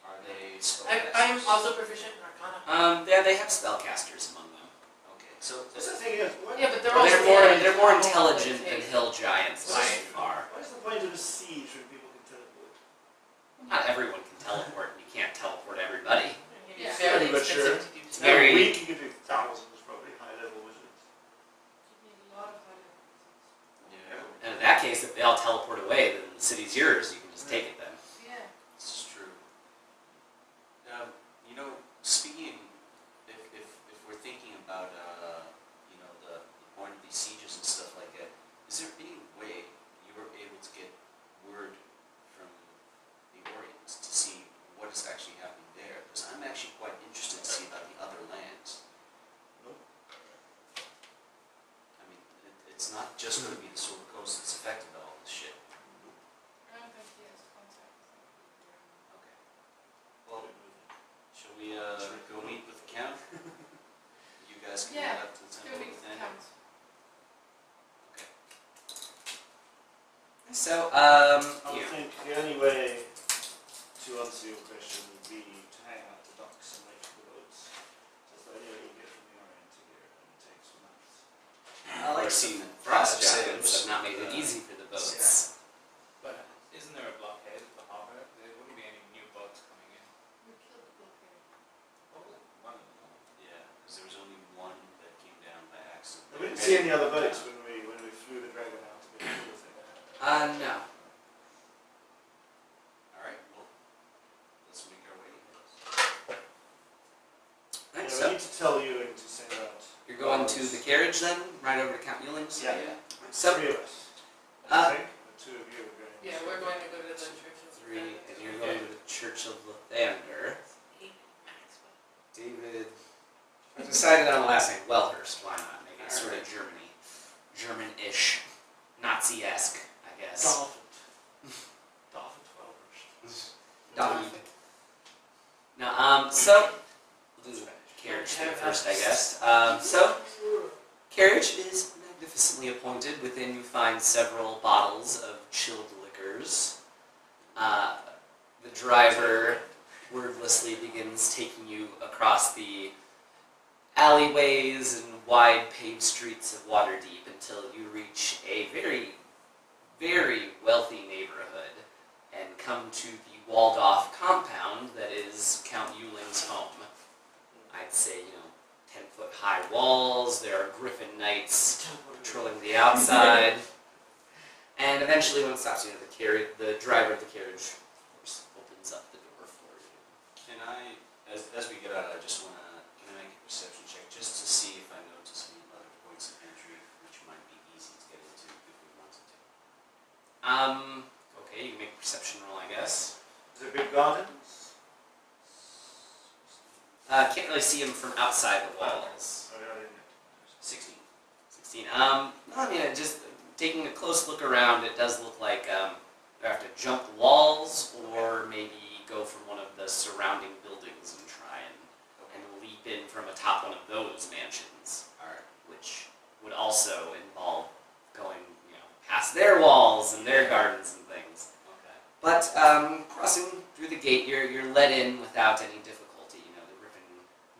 Speaker 5: Are they spell
Speaker 4: I I'm also proficient in Arcana.
Speaker 1: Um, yeah, they have spellcasters among them.
Speaker 5: Okay, so
Speaker 2: That's the thing is, what?
Speaker 4: Yeah, but they're
Speaker 1: Well,
Speaker 4: all
Speaker 1: they're more
Speaker 4: standing.
Speaker 1: they're more intelligent than hill giants by
Speaker 2: Right.
Speaker 1: far.
Speaker 2: What is the point of a siege when people can teleport?
Speaker 1: Not everyone can teleport, and you can't teleport everybody.
Speaker 3: Yeah.
Speaker 4: Maybe it's very
Speaker 2: Pretty much sure.
Speaker 4: expensive to do
Speaker 1: It's
Speaker 4: so.
Speaker 1: very-
Speaker 2: Now, we can give you thousands, probably high level wizards.
Speaker 3: You need a lot of high levels.
Speaker 5: yeah,
Speaker 1: if they all teleport away, then the city's yours. You can just take it then.
Speaker 3: Yeah.
Speaker 5: This is true. Um, you know, speaking, if, if, if we're thinking about, uh, you know, the, the point of these sieges and stuff like that, is there any way you were able to get word from the Orients to see what is actually happening there? Because I'm actually quite interested to see about the other lands.
Speaker 2: Nope.
Speaker 5: I mean, it, it's not just going to be the Silver Coast that's affected by all this shit.
Speaker 3: I don't think he has contact.
Speaker 5: Okay. Well, Shall we uh, go meet with the count? you guys can
Speaker 3: Yeah,
Speaker 5: head up to the
Speaker 3: Go
Speaker 5: temple
Speaker 3: meet
Speaker 5: with
Speaker 3: the
Speaker 5: them.
Speaker 3: count.
Speaker 5: Okay.
Speaker 1: So, um,
Speaker 2: I would
Speaker 1: yeah.
Speaker 2: think the only way to answer your question would be to hang out the ducks and wait for the woods. That's the only way you get from the Orient to here, and it takes months.
Speaker 1: I like seeing the
Speaker 5: Frost
Speaker 1: frost jackets
Speaker 5: jackets.
Speaker 1: have not made it easy for the boats.
Speaker 7: But isn't there a blockade at the harbor? There wouldn't be any new boats coming in.
Speaker 3: We killed the blockade.
Speaker 5: Yeah, because there was only one that came down by accident.
Speaker 2: We didn't see any other boats when we, when we flew the dragon out to be with it.
Speaker 1: Uh, no.
Speaker 5: All right, well, let's make our way.
Speaker 2: Yeah,
Speaker 1: Right,
Speaker 2: we
Speaker 1: so
Speaker 2: need to tell you and to send out.
Speaker 1: you're going to the carriage then, right over to Count Ewing's?
Speaker 2: Yeah.
Speaker 1: So,
Speaker 2: Three of us.
Speaker 1: Uh,
Speaker 2: I think the two of you are going.
Speaker 4: Yeah, we're going to go to the church. and-
Speaker 1: three, and you're going to the Church of Lathander.
Speaker 4: Eight, Maxwell.
Speaker 1: David. I decided on a last name, Wellhurst. Why not? Make it sort of Germany. German ish. Nazi esque, I guess.
Speaker 2: Dolphin. Dolphin twelvers.
Speaker 1: Dog. No, um, so. We'll do the carriage thing first, I guess. Um, so, carriage is magnificently appointed. Within, you find several bottles of chilled liquors. Uh, the driver wordlessly begins taking you across the alleyways and wide paved streets of Waterdeep until you reach a very, very wealthy neighborhood and come to the walled off compound that is Count Euling's home. I'd say, you know, 10 foot high walls, there are griffin knights patrolling the outside. and eventually, when it stops, you know, the, carri- the driver of the carriage of course, opens up the door for you.
Speaker 5: Can I, as, as we get out, I just want to, can I make a perception check just to see if I notice any other points of entry which might be easy to get into if we wanted to?
Speaker 1: Um, okay, you can make a perception roll, I guess.
Speaker 2: Is there big gardens?
Speaker 1: Uh, can't really see him from outside the walls.
Speaker 2: Sorry, I didn't.
Speaker 5: 16.
Speaker 1: 16. Um, I mean, it just taking a close look around, it does look like um, you have to jump walls or maybe go from one of the surrounding buildings and try and, and leap in from atop one of those mansions,
Speaker 5: All right.
Speaker 1: which would also involve going, you know, past their walls and their gardens and things.
Speaker 5: Okay.
Speaker 1: But um, crossing through the gate, you're, you're let in without any difficulty. You know, the Griffin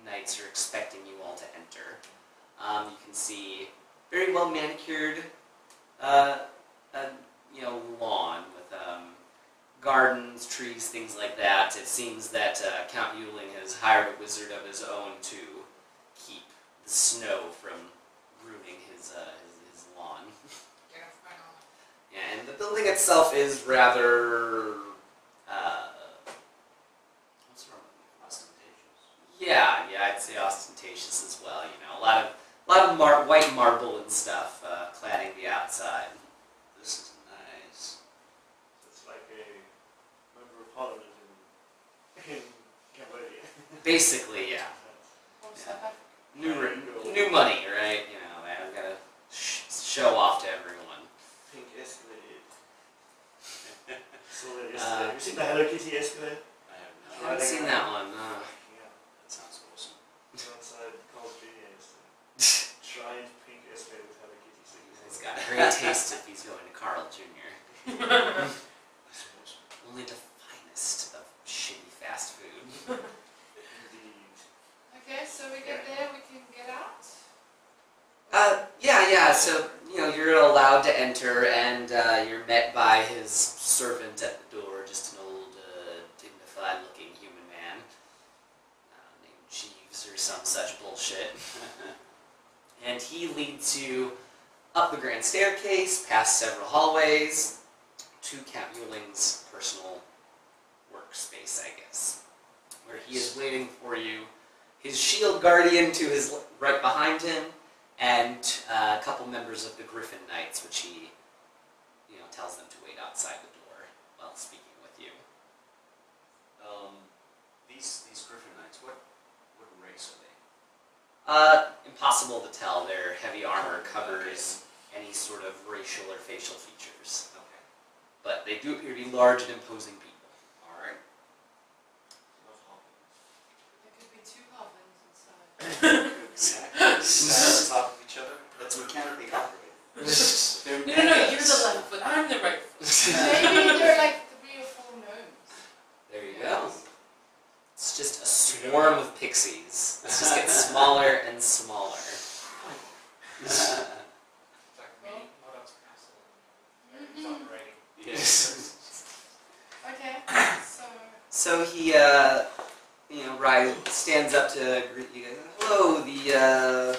Speaker 1: Knights are expecting you all to enter. Um, you can see very well manicured, uh, uh, you know, lawn with um, gardens, trees, things like that. It seems that uh, Count Euling has hired a wizard of his own to keep the snow from ruining his, uh, his, his lawn.
Speaker 4: Yeah, right on.
Speaker 1: Yeah, and the building itself is rather. Uh,
Speaker 5: What's wrong with the ostentatious?
Speaker 1: yeah, yeah, I'd say ostentatious as well. You know, a lot of a lot of mar- white marble and stuff uh, cladding the outside.
Speaker 5: This is nice.
Speaker 2: It's like a member of parliament in, in Cambodia.
Speaker 1: Basically, yeah,
Speaker 3: Or
Speaker 1: Yeah.
Speaker 3: South Africa.
Speaker 1: new re- new money, right? You know, man, I've got to sh- show off to everyone.
Speaker 2: Pink Escalade. Saw that yesterday. Have you seen the Hello Kitty Escalade?
Speaker 5: I
Speaker 1: I
Speaker 5: have no.
Speaker 1: haven't seen that one. Uh.
Speaker 2: Yeah.
Speaker 5: That sounds awesome.
Speaker 2: It's outside Carl's Jr. yesterday. Giant pink Escalade with Hello Kitty
Speaker 1: He's
Speaker 2: stickers.
Speaker 1: got great taste if he's going to Carl Jr.
Speaker 5: That's awesome.
Speaker 1: Only the finest of shitty fast food.
Speaker 2: Indeed.
Speaker 3: Okay, so we get there, we can get out.
Speaker 1: Uh, yeah, yeah. So you know you're allowed to enter, and uh, you're met by his servant at the door, just an old, uh, dignified-looking human man uh, named Jeeves or some such bullshit. and he leads you up the grand staircase, past several hallways, to Count Yuling's personal workspace, I guess, where he is waiting for you. His shield guardian to his l- right behind him, and uh, a couple members of the Griffin Knights, which he, you know, tells them to wait outside the door while speaking with you.
Speaker 5: Um, these these Griffin Knights, what what race are they?
Speaker 1: Uh, impossible to tell. Their heavy armor covers any sort of racial or facial features,
Speaker 5: Okay.
Speaker 1: but they do appear to be large and imposing people.
Speaker 5: All right.
Speaker 3: There could be two goblins inside.
Speaker 5: Exactly. Stacked on top of each other. That's mechanically operated. They're
Speaker 4: No, no, no, you're the
Speaker 5: megas.
Speaker 4: left foot, I'm the right foot.
Speaker 3: Maybe they're like three or four gnomes.
Speaker 1: There you go. It's just a swarm of pixies. This just gets smaller and smaller.
Speaker 7: It's like me, what else can I say? Everything's operating.
Speaker 5: Yes.
Speaker 3: Mm-hmm. Okay, so
Speaker 1: So he, uh, you know, rise, stands up to greet you guys. Hello, the uh,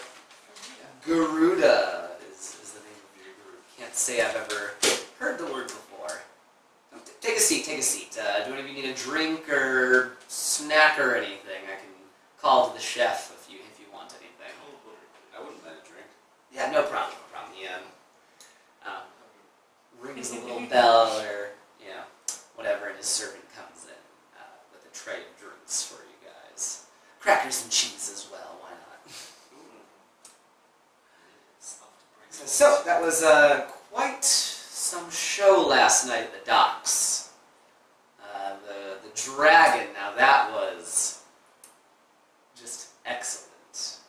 Speaker 1: Garuda is, is the name of your group. Can't say I've ever heard the word before. Um, t- Take a seat, take a seat. Uh, do any of you need a drink or snack or anything? I can call to the chef if you if you want anything.
Speaker 5: I wouldn't let it drink.
Speaker 1: Yeah, no problem, no problem. He um, um, rings a little bell or, you know, whatever, and his servant comes in uh, with a tray of drinks for you guys. Crackers and cheese as well, why not? So, that was uh, quite some show last night at the docks. Uh, the, the dragon, now that was just excellent.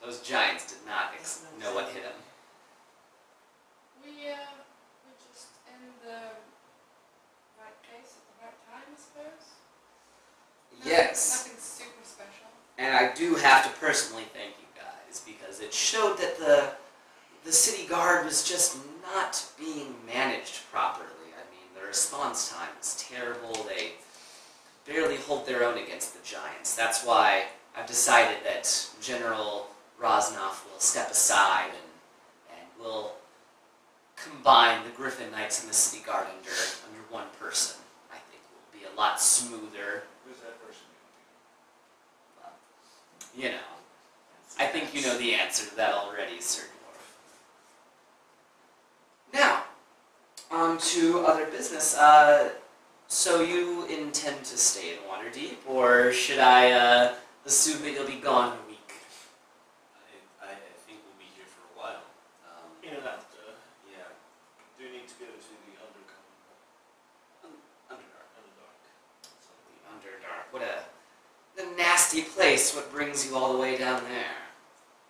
Speaker 1: Those giants did not ex- know what hit them.
Speaker 3: we uh, we're just in the right place at the right time, I suppose. Nothing-
Speaker 1: Yes.
Speaker 3: Nothing super special.
Speaker 1: And I do have to personally thank you guys because it showed that the the city guard was just not being managed properly. I mean, the response time was terrible. They barely hold their own against the giants. That's why I've decided that General Rosnoff will step aside and and will combine the Griffin Knights and the city guard under under one person. I think will be a lot smoother
Speaker 2: Who's that person?
Speaker 1: you know, I think you know the answer to that already, Sir Dwarf. Now, on to other business. Uh, so you intend to stay in Waterdeep, or should I uh, assume that you'll be gone a week?
Speaker 5: I, I, I think we'll be here for a while. Um,
Speaker 2: In and after.
Speaker 5: yeah.
Speaker 2: Do you need to go to the undercommon?
Speaker 5: Underdark.
Speaker 2: Underdark.
Speaker 1: The Underdark. What a the nasty place. What brings you all the way down there?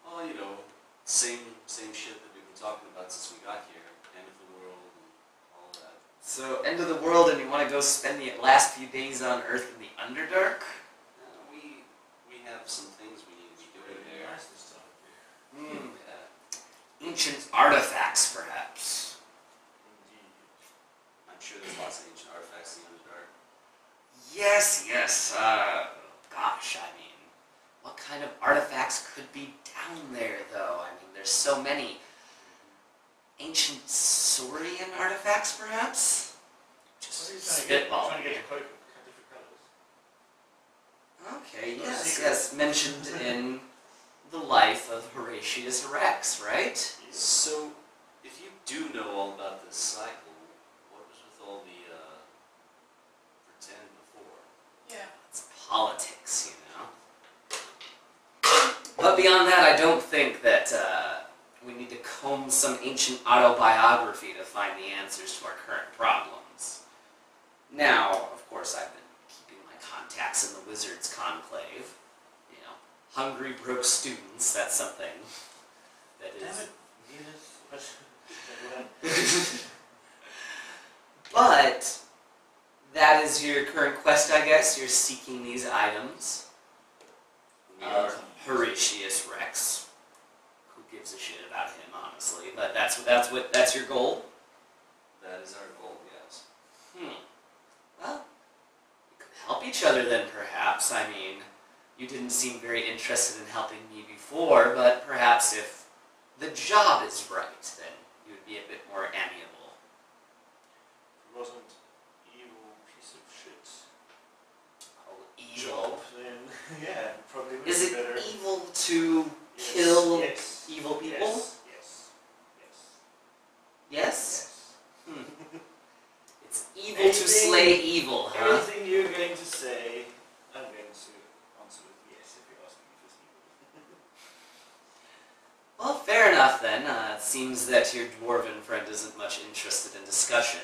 Speaker 5: Well, you know, same same shit that we've been talking about since we got here. End of the world and all that.
Speaker 1: So end of the world, and you want to go spend the last few days on Earth in the Underdark?
Speaker 5: Uh, we we have some things we need to be doing there.
Speaker 2: Nice this time of year.
Speaker 1: Hmm. Ancient artifacts, perhaps.
Speaker 2: Indeed.
Speaker 5: I'm sure there's lots of ancient artifacts in the Underdark.
Speaker 1: Yes, yes. Uh, gosh, I mean, what kind of artifacts could be down there, though? I mean, there's so many. Ancient Saurian artifacts, perhaps?
Speaker 2: What
Speaker 1: Just
Speaker 2: are you trying to get?
Speaker 1: spitball.
Speaker 2: Trying to get the cloak of different colours.
Speaker 1: Okay, yes, yes. Mentioned in the life of Horatius Rex, right?
Speaker 5: So, if you do know all about this cycle, what was with all the uh, pretend before?
Speaker 3: Yeah.
Speaker 1: It's politics, you know. But beyond that, I don't think that uh, we need to comb some ancient autobiography to find the answers to our current problems. Now, of course, I've been keeping my contacts in the Wizards Conclave. You know, hungry, broke students, that's something that is
Speaker 2: Venus.
Speaker 1: But that is your current quest, I guess. You're seeking these items.
Speaker 5: We
Speaker 1: Uh,
Speaker 5: are.
Speaker 1: Horatius Rex. Who gives a shit about him, honestly? But that's what that's what that's your goal.
Speaker 5: That is our goal, yes.
Speaker 1: Hmm. Well, we could help each other then, perhaps. I mean, you didn't seem very interested in helping me before, but perhaps if the job is right, then you would be a bit more amiable.
Speaker 2: He wasn't evil piece of shit.
Speaker 1: Oh, evil.
Speaker 2: Then yeah, probably would
Speaker 1: Is
Speaker 2: be better.
Speaker 1: it evil to
Speaker 2: Yes,
Speaker 1: kill
Speaker 2: yes,
Speaker 1: evil people?
Speaker 2: Yes. Yes.
Speaker 1: Yes?
Speaker 2: Yes.
Speaker 1: It's evil to slay evil,
Speaker 2: yes.
Speaker 1: huh?
Speaker 2: Everything you're going to say, I'm going to answer with yes if you ask me if it's evil.
Speaker 1: Well, fair enough then. Uh, it seems that your dwarven friend isn't much interested in discussion.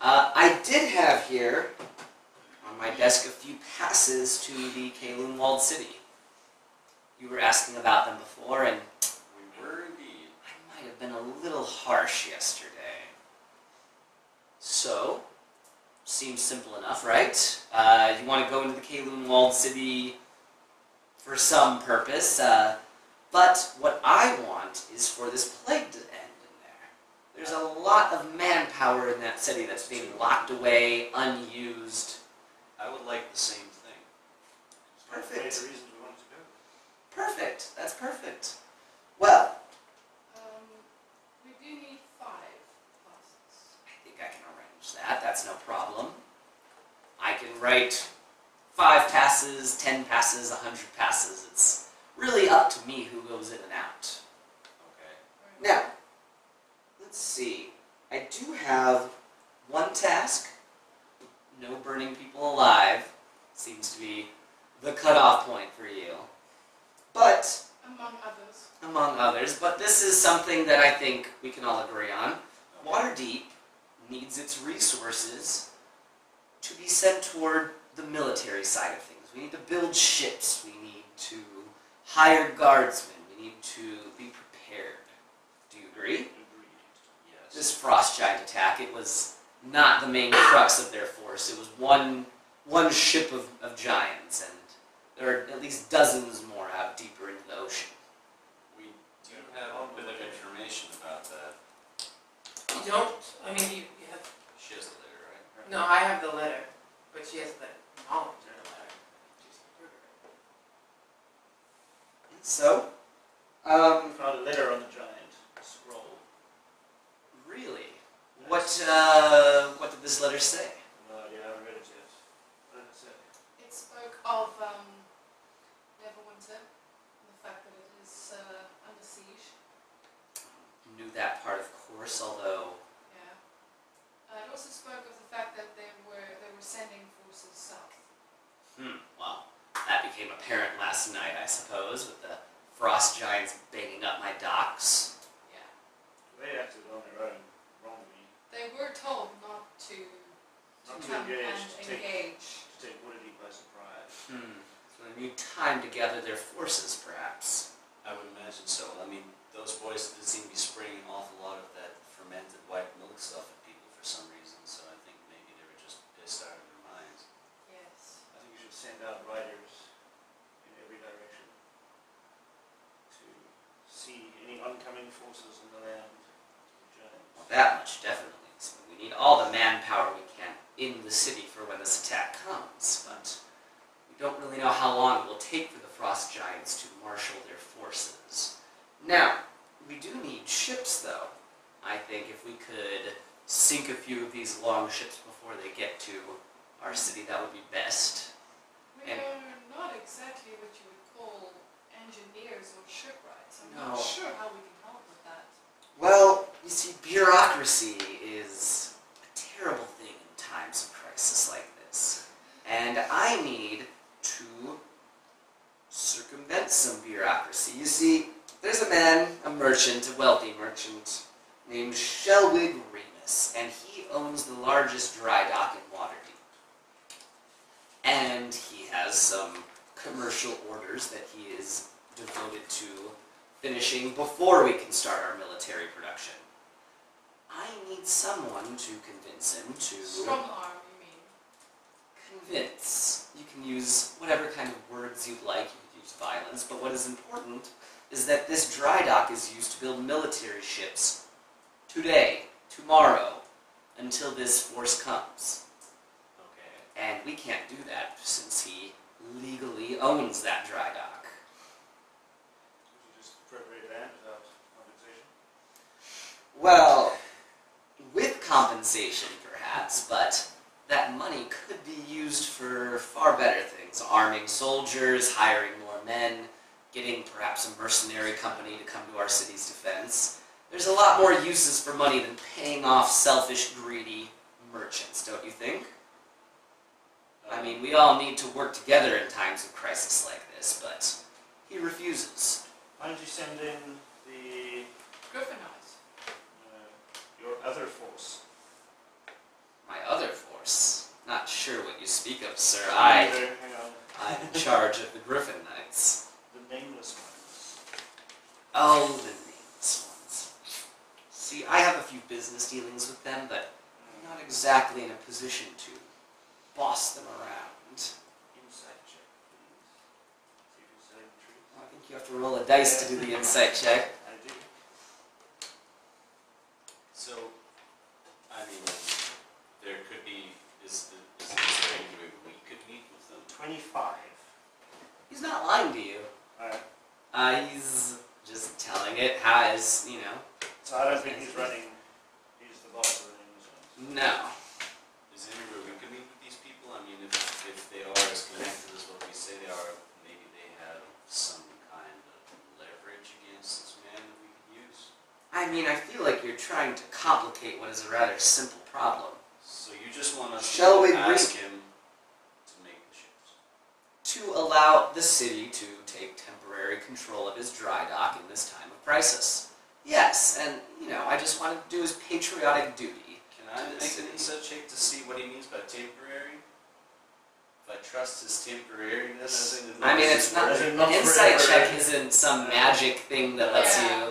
Speaker 1: Uh, I did have here on my desk a few passes to the Kalum Walled City. You were asking about them before, and
Speaker 5: We were indeed.
Speaker 1: I might have been a little harsh yesterday. So, seems simple enough, right? Uh, you want to go into the Kalun Walled City for some purpose, uh, but what I want is for this plague to end in there. There's a lot of manpower in that city that's being locked away, unused.
Speaker 5: I would like the same thing.
Speaker 2: It's not
Speaker 1: Perfect.
Speaker 2: The main reason we wanted to go.
Speaker 1: Perfect. That's perfect. Well,
Speaker 3: Um, we do need five classes.
Speaker 1: I think I can arrange that. That's no problem. I can write five passes, ten passes, a hundred passes. It's really up to me who goes in and out.
Speaker 5: Okay.
Speaker 3: Right?
Speaker 1: Now, let's see. I do have one task. No burning people alive seems to be the cutoff point for you. But
Speaker 3: Among others.
Speaker 1: among others, but this is something that I think we can all agree on. Waterdeep needs its resources to be sent toward the military side of things. We need to build ships, we need to hire guardsmen, we need to be prepared. Do you agree?
Speaker 5: Yes.
Speaker 1: This frost giant attack, it was not the main crux of their force. It was one one ship of, of giants, and there are at least dozens more out deeper into the ocean.
Speaker 5: we do have a bit of information about that.
Speaker 4: You don't, I mean, you, you have,
Speaker 5: She has the letter, right?
Speaker 4: no, I have the letter, but she has the knowledge of the letter. She's a murderer.
Speaker 1: So, um,
Speaker 2: We found a letter on the giant scroll.
Speaker 1: really, what uh, what did this letter say?
Speaker 2: No idea. I haven't read it uh, yet. What did it say?
Speaker 3: It spoke of um, Neverwinter, and the fact that it is uh, under siege.
Speaker 1: Knew that part, of course. Although,
Speaker 3: Yeah. Uh, it also spoke of the fact that they were they were sending forces south.
Speaker 1: hmm, well, that became apparent last night, I suppose, with the frost giants banging up my docks.
Speaker 3: Yeah.
Speaker 2: They acted on their own wrongly.
Speaker 3: They were told not to, to
Speaker 2: Not to
Speaker 3: come
Speaker 2: engage,
Speaker 3: and
Speaker 2: to take-
Speaker 3: engage.
Speaker 2: To take Waterdeep by surprise.
Speaker 1: Hmm. So they need time to gather their forces, perhaps.
Speaker 5: I would imagine so. I mean, those boys did seem to be spraying an awful lot of that fermented white milk stuff at people for some reason, so I think maybe they were just pissed out of their minds.
Speaker 3: Yes.
Speaker 2: I think you should send out riders in every direction to see any oncoming forces on the land.
Speaker 1: Well, that much definitely. So we need all the manpower we can in the city for when this attack comes, but we don't really know how long it will take for the frost giants to marshal their forces. Now, we do need ships, though. I think if we could sink a few of these long ships before they get to our city, that would be best.
Speaker 3: We
Speaker 1: And-
Speaker 3: are not exactly what you would call engineers or shipwrights. I'm
Speaker 1: No.
Speaker 3: not sure how we can help with that.
Speaker 1: Well, you see, bureaucracy is a terrible thing in times of crisis like this. And I need to circumvent some bureaucracy. You see, there's a man, a merchant, a wealthy merchant, named Shelwig Remus, and he owns the largest dry dock in Waterdeep. And he has some commercial orders that he is devoted to finishing before we can start our military production. I need someone to convince him to
Speaker 3: Strong arm, you mean?
Speaker 1: convince. You can use whatever kind of words you'd like. You could use violence, but what is important is that this dry dock is used to build military ships today, tomorrow, until this force comes.
Speaker 5: Okay.
Speaker 1: And we can't do that since he legally owns that dry dock.
Speaker 2: Would you just appropriate land without compensation?
Speaker 1: Well, with compensation, perhaps, but that money could be used for far better things arming soldiers, hiring more men, getting perhaps a mercenary company to come to our city's defense. There's a lot more uses for money than paying off selfish, greedy merchants, don't you think? I
Speaker 2: Um,
Speaker 1: mean, we all need to work together in times of crisis like this, but he refuses.
Speaker 2: Why don't you send in the
Speaker 4: Griffin House.
Speaker 2: uh, your other force?
Speaker 1: My other force. Not sure what you speak of, sir. I.
Speaker 2: Either- Hang on.
Speaker 1: I'm in charge of the Griffin Knights.
Speaker 2: The nameless ones.
Speaker 1: Oh, the nameless ones. See, I have a few business dealings with them, but
Speaker 2: Mm.
Speaker 1: I'm not exactly in a position to boss them around.
Speaker 2: Inside check, please. See if you say the truth.
Speaker 1: I think you have to roll a dice to do the insight check.
Speaker 2: I do.
Speaker 5: So, I mean, there could be, is, the- is there any way we could meet with them?
Speaker 2: Twenty-five.
Speaker 1: He's not lying to you.
Speaker 2: Alright,
Speaker 1: Uh, he's just telling it how is, you know.
Speaker 2: so I don't think he's running, he's the boss of the nameless ones.
Speaker 1: No.
Speaker 5: Is there any way we could meet with these people? I mean, if, if they are as connected as what we say they are, maybe they have some kind of leverage against this man that we could use.
Speaker 1: I mean, I feel like you're trying to complicate what is a rather simple problem.
Speaker 5: So you just want us
Speaker 1: Shall we
Speaker 5: to ask him to make the ships?
Speaker 1: to allow the city to take temporary control of his dry dock in this time of crisis. Yes, and you know, I just wanted to do his patriotic duty.
Speaker 5: Can I
Speaker 1: To the
Speaker 5: make an
Speaker 1: city.
Speaker 5: insight check to see what he means by temporary? If I trust his temporariness.
Speaker 2: As in-
Speaker 1: I mean, it's not
Speaker 2: As in
Speaker 1: an
Speaker 2: not
Speaker 1: insight
Speaker 2: forever.
Speaker 1: check isn't some magic thing that lets you.
Speaker 4: Yeah.
Speaker 5: Uh,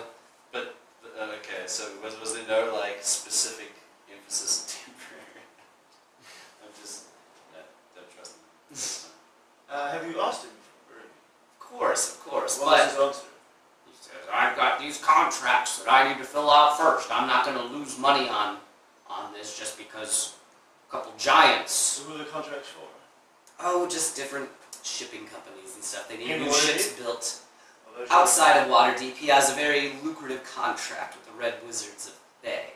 Speaker 5: Okay, so was, was there no like specific emphasis on temporary? I'm just no, don't trust him. That's fine.
Speaker 2: Uh, have you asked him?
Speaker 1: Of course, of course,
Speaker 2: What was
Speaker 1: but
Speaker 2: his answer?
Speaker 1: he says I've got these contracts that I need to fill out first. I'm not going to lose money on on this just because a couple giants.
Speaker 2: Who were the contracts for?
Speaker 1: Oh, just different shipping companies and stuff. They need
Speaker 2: In
Speaker 1: new
Speaker 2: Waterdeep?
Speaker 1: ships built.
Speaker 2: Well, those
Speaker 1: Outside of Waterdeep, he has a very lucrative contract with the Red Wizards of Thay.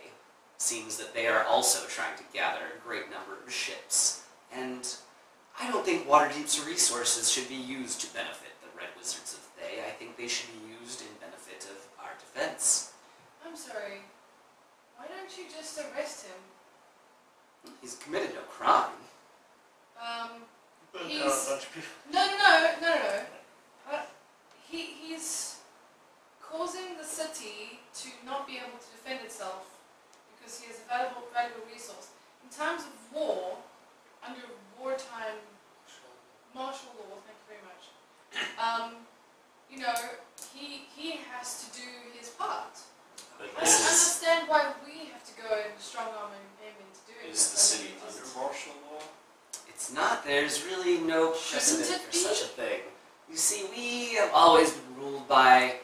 Speaker 1: Seems that they are also trying to gather a great number of ships. And I don't think Waterdeep's resources should be used to benefit the Red Wizards of Thay. I think they should be used in benefit of our defense.
Speaker 3: I'm sorry. Why don't you just arrest him?
Speaker 1: He's committed no crime.
Speaker 3: Um,
Speaker 2: were- Burnt down
Speaker 3: he's-
Speaker 2: a bunch of people.
Speaker 3: no, no, no, no, no. Uh, he, he's causing the city to not be able to defend itself because he has a valuable, valuable resource. In times of war, under wartime martial law, thank you very much, um, you know, he, he has to do his part.
Speaker 5: But
Speaker 3: I don't
Speaker 5: this is,
Speaker 3: understand why we have to go and strong arm him into doing
Speaker 5: is
Speaker 3: this. I
Speaker 5: the city
Speaker 3: mean, it's-
Speaker 5: under martial law?
Speaker 1: It's not, there's really no
Speaker 3: Shouldn't
Speaker 1: precedent
Speaker 3: it
Speaker 1: for
Speaker 3: be?
Speaker 1: such a thing. You see, we have always been ruled by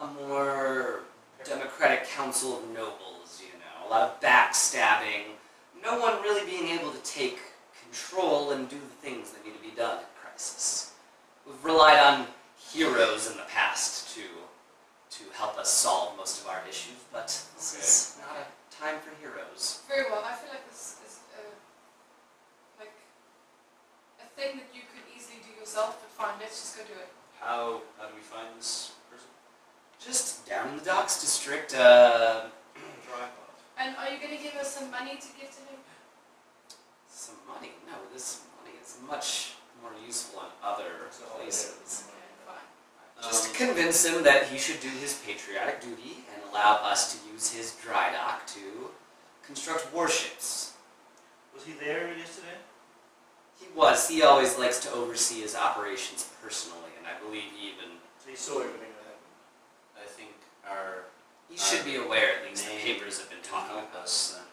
Speaker 1: a more democratic council of nobles, you know, a lot of backstabbing, no one really being able to take control and do the things that need to be done in crisis. We've relied on heroes in the past to to help us solve most of our issues, but this is not a time for heroes.
Speaker 3: Very well. I feel like this is a, like a thing that you could easily do yourself, but fine, let's just go do it.
Speaker 5: How how do we find this person?
Speaker 1: Just down in the docks district, uh,
Speaker 2: Tripod.
Speaker 3: And are you going to give us some money to give to him?
Speaker 1: Some money? No, this money is much more useful in other places.
Speaker 3: Okay, fine.
Speaker 1: Just
Speaker 5: Um,
Speaker 1: convince him that he should do his patriotic duty and allow us to use his dry dock to construct warships.
Speaker 2: Was he there yesterday?
Speaker 1: He was. He always likes to oversee his operations personally, and I believe he even
Speaker 2: So he saw everything that happened.
Speaker 5: I think our
Speaker 1: he should be aware at least the
Speaker 5: Name
Speaker 1: papers have been
Speaker 5: can
Speaker 1: talking
Speaker 5: help
Speaker 1: about.
Speaker 5: us then.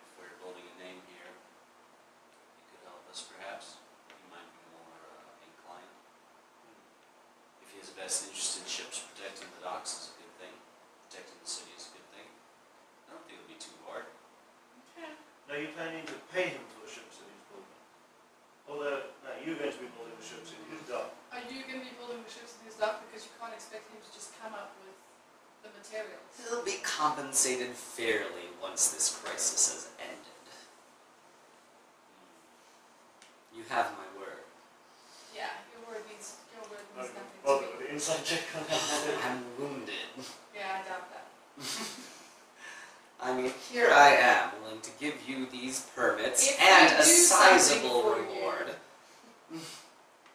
Speaker 5: If we're building a name here, it could help us perhaps. He might be more uh, inclined.
Speaker 7: Hmm.
Speaker 5: If he has a best interest in ships, protecting the docks is a good thing. Protecting the city is a good thing. I don't think it would be too hard.
Speaker 3: Okay.
Speaker 2: No, you're planning to pay him for the ships that he's building. Although, no, you're going to be building the ships that he's done.
Speaker 3: Are you going to be building the ships in his dock because you can't expect him to just come up with the materials?
Speaker 1: He'll be compensated fairly once this crisis has ended. You have my word.
Speaker 3: Yeah, your word means your word
Speaker 2: I
Speaker 3: means
Speaker 2: don't
Speaker 3: nothing
Speaker 2: bother
Speaker 3: to
Speaker 2: with
Speaker 3: me.
Speaker 2: the inside check on that.
Speaker 1: I'm wounded.
Speaker 3: Yeah, I doubt that.
Speaker 1: I mean, here I am, willing to give you these permits
Speaker 3: If
Speaker 1: and
Speaker 3: you
Speaker 1: a
Speaker 3: do something
Speaker 1: sizable
Speaker 3: for you.
Speaker 1: reward.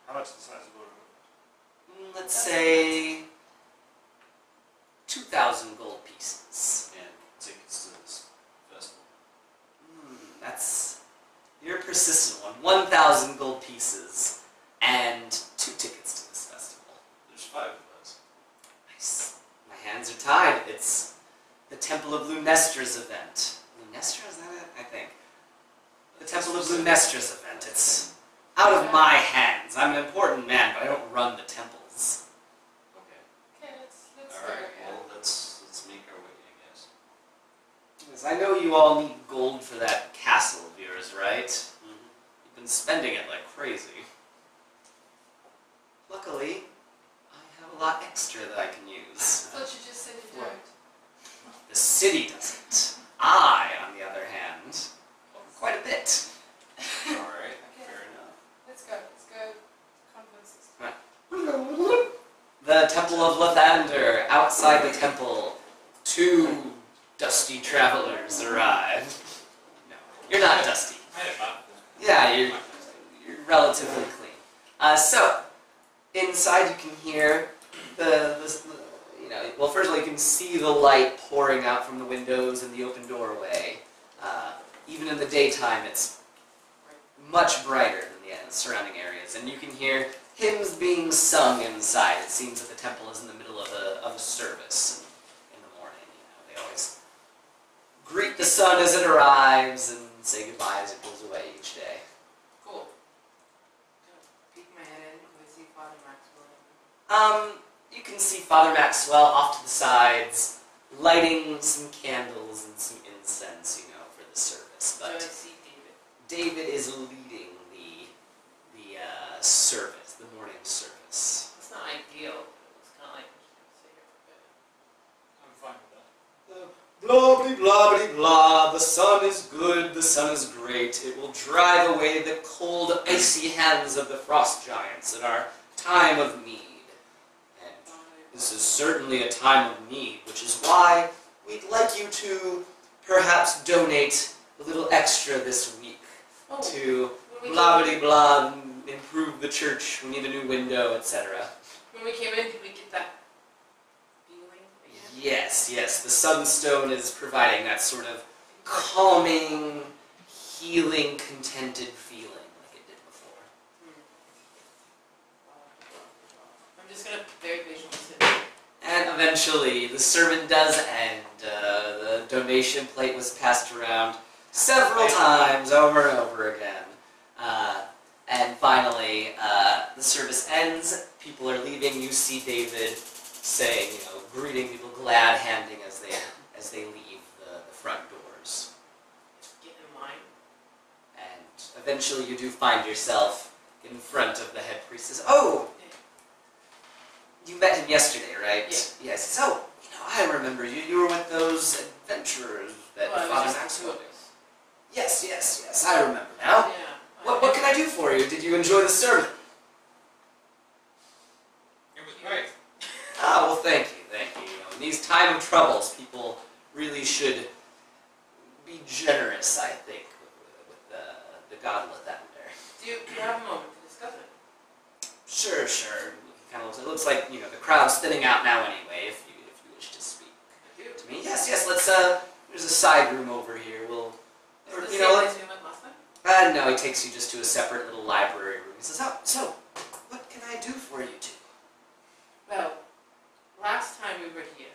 Speaker 2: How much is the size of the room?
Speaker 1: Mm, Let's say 2,000 gold pieces.
Speaker 5: and tickets to this festival.
Speaker 1: Mm, that's. You're a persistent one. 1,000 gold pieces and two tickets to this festival.
Speaker 5: There's five of us.
Speaker 1: Nice. My hands are tied. It's the Temple of Lunestra's event. Lunestra, is that it? I think. The Temple of Lunestra's event. It's out of my hands. I'm an important man, but I don't run the temples.
Speaker 5: Okay.
Speaker 3: Okay, let's let's
Speaker 5: All
Speaker 3: go.
Speaker 5: right.
Speaker 3: Yeah.
Speaker 5: Well, let's let's make our way, I guess.
Speaker 1: Because I know you all need gold for that castle of yours, right?
Speaker 7: Mm-hmm.
Speaker 1: You've been spending it like crazy. Luckily, I have a lot extra that I can use.
Speaker 3: I thought you just said you
Speaker 1: What?
Speaker 3: don't.
Speaker 1: The city doesn't. I, on the other hand, quite a bit.
Speaker 5: All right.
Speaker 3: Okay.
Speaker 5: Fair enough.
Speaker 3: Let's go. Let's go. Conferences.
Speaker 1: The Temple of Lathander, outside the temple, two dusty travelers arrive. No, you're not dusty.
Speaker 7: Made it up.
Speaker 1: Yeah, you're, you're relatively clean. Uh, so, inside you can hear the, the, the, you know, well, first of all, you can see the light pouring out from the windows and the open doorway. Uh, even in the daytime, it's much brighter than the uh, surrounding areas, and you can hear hymns being sung inside. It seems that the temple is in the middle of a, of a service in the morning. You know, they always greet the sun as it arrives and say goodbye as it goes away each day.
Speaker 4: Cool. Gonna Peek my head in, can we see Father Maxwell?
Speaker 1: Um, you can see Father Maxwell off to the sides, lighting some candles and some incense, you know, for the service.
Speaker 4: Do I
Speaker 1: But
Speaker 4: see David?
Speaker 1: David is leading the the uh, service, the morning service.
Speaker 4: It's not ideal, but it was kinda like, I'm just gonna sit here for a
Speaker 7: I'm fine
Speaker 4: bit.
Speaker 7: with that.
Speaker 1: Blah blah blah blah blah. The sun is good. The sun is great. It will drive away the cold, icy hands of the frost giants in our time of need.
Speaker 4: Oh,
Speaker 1: And This is certainly a time of need, which is why we'd like you to perhaps donate a little extra this week
Speaker 4: Oh,
Speaker 1: to
Speaker 4: when we
Speaker 1: blah
Speaker 4: came,
Speaker 1: blah blah, improve the church, we need a new window, etc.
Speaker 4: when we came in, did we get that feeling again?
Speaker 1: Yes, yes, the sunstone is providing that sort of calming, healing, contented feeling like it did before.
Speaker 4: Hmm. I'm just gonna very visually sit there.
Speaker 1: And eventually, the sermon does end. Uh, the donation plate was passed around several times over and over again. Uh, and finally, uh, the service ends. People are leaving. You see David saying, you know, greeting people, glad handing as they as they leave the, the front doors.
Speaker 4: get in line.
Speaker 1: And eventually, you do find yourself in front of the head priest. Says, "Oh, you met him yesterday, right? Yes. So, you know, I remember you. You were with those adventurers that
Speaker 4: Well, Oh, I was
Speaker 1: Father
Speaker 4: just
Speaker 1: Max
Speaker 4: two of
Speaker 1: was.
Speaker 4: us.
Speaker 1: Yes, yes, yes. I remember now.
Speaker 4: Yeah.
Speaker 1: What, what can I do for you? Did you enjoy the sermon?
Speaker 7: It was great.
Speaker 1: Ah, well, thank you, thank you. You know, in these time of troubles, people really should be generous. I think with, with uh, the the God of Lavender.
Speaker 4: Do you, do you have a moment to discuss it?
Speaker 1: Sure, sure. Kind of looks, it looks like you know the crowd's thinning out now anyway. If you if you wish to speak
Speaker 4: I do.
Speaker 1: to me, yes, yes. Let's uh, there's a side room over here. We'll
Speaker 4: Is it the
Speaker 1: you
Speaker 4: same
Speaker 1: know
Speaker 4: place we went last time?
Speaker 1: Uh, no, he takes you just to a separate little library room. He says, "Oh, so what can I do for you two?
Speaker 4: Well, last time we were here,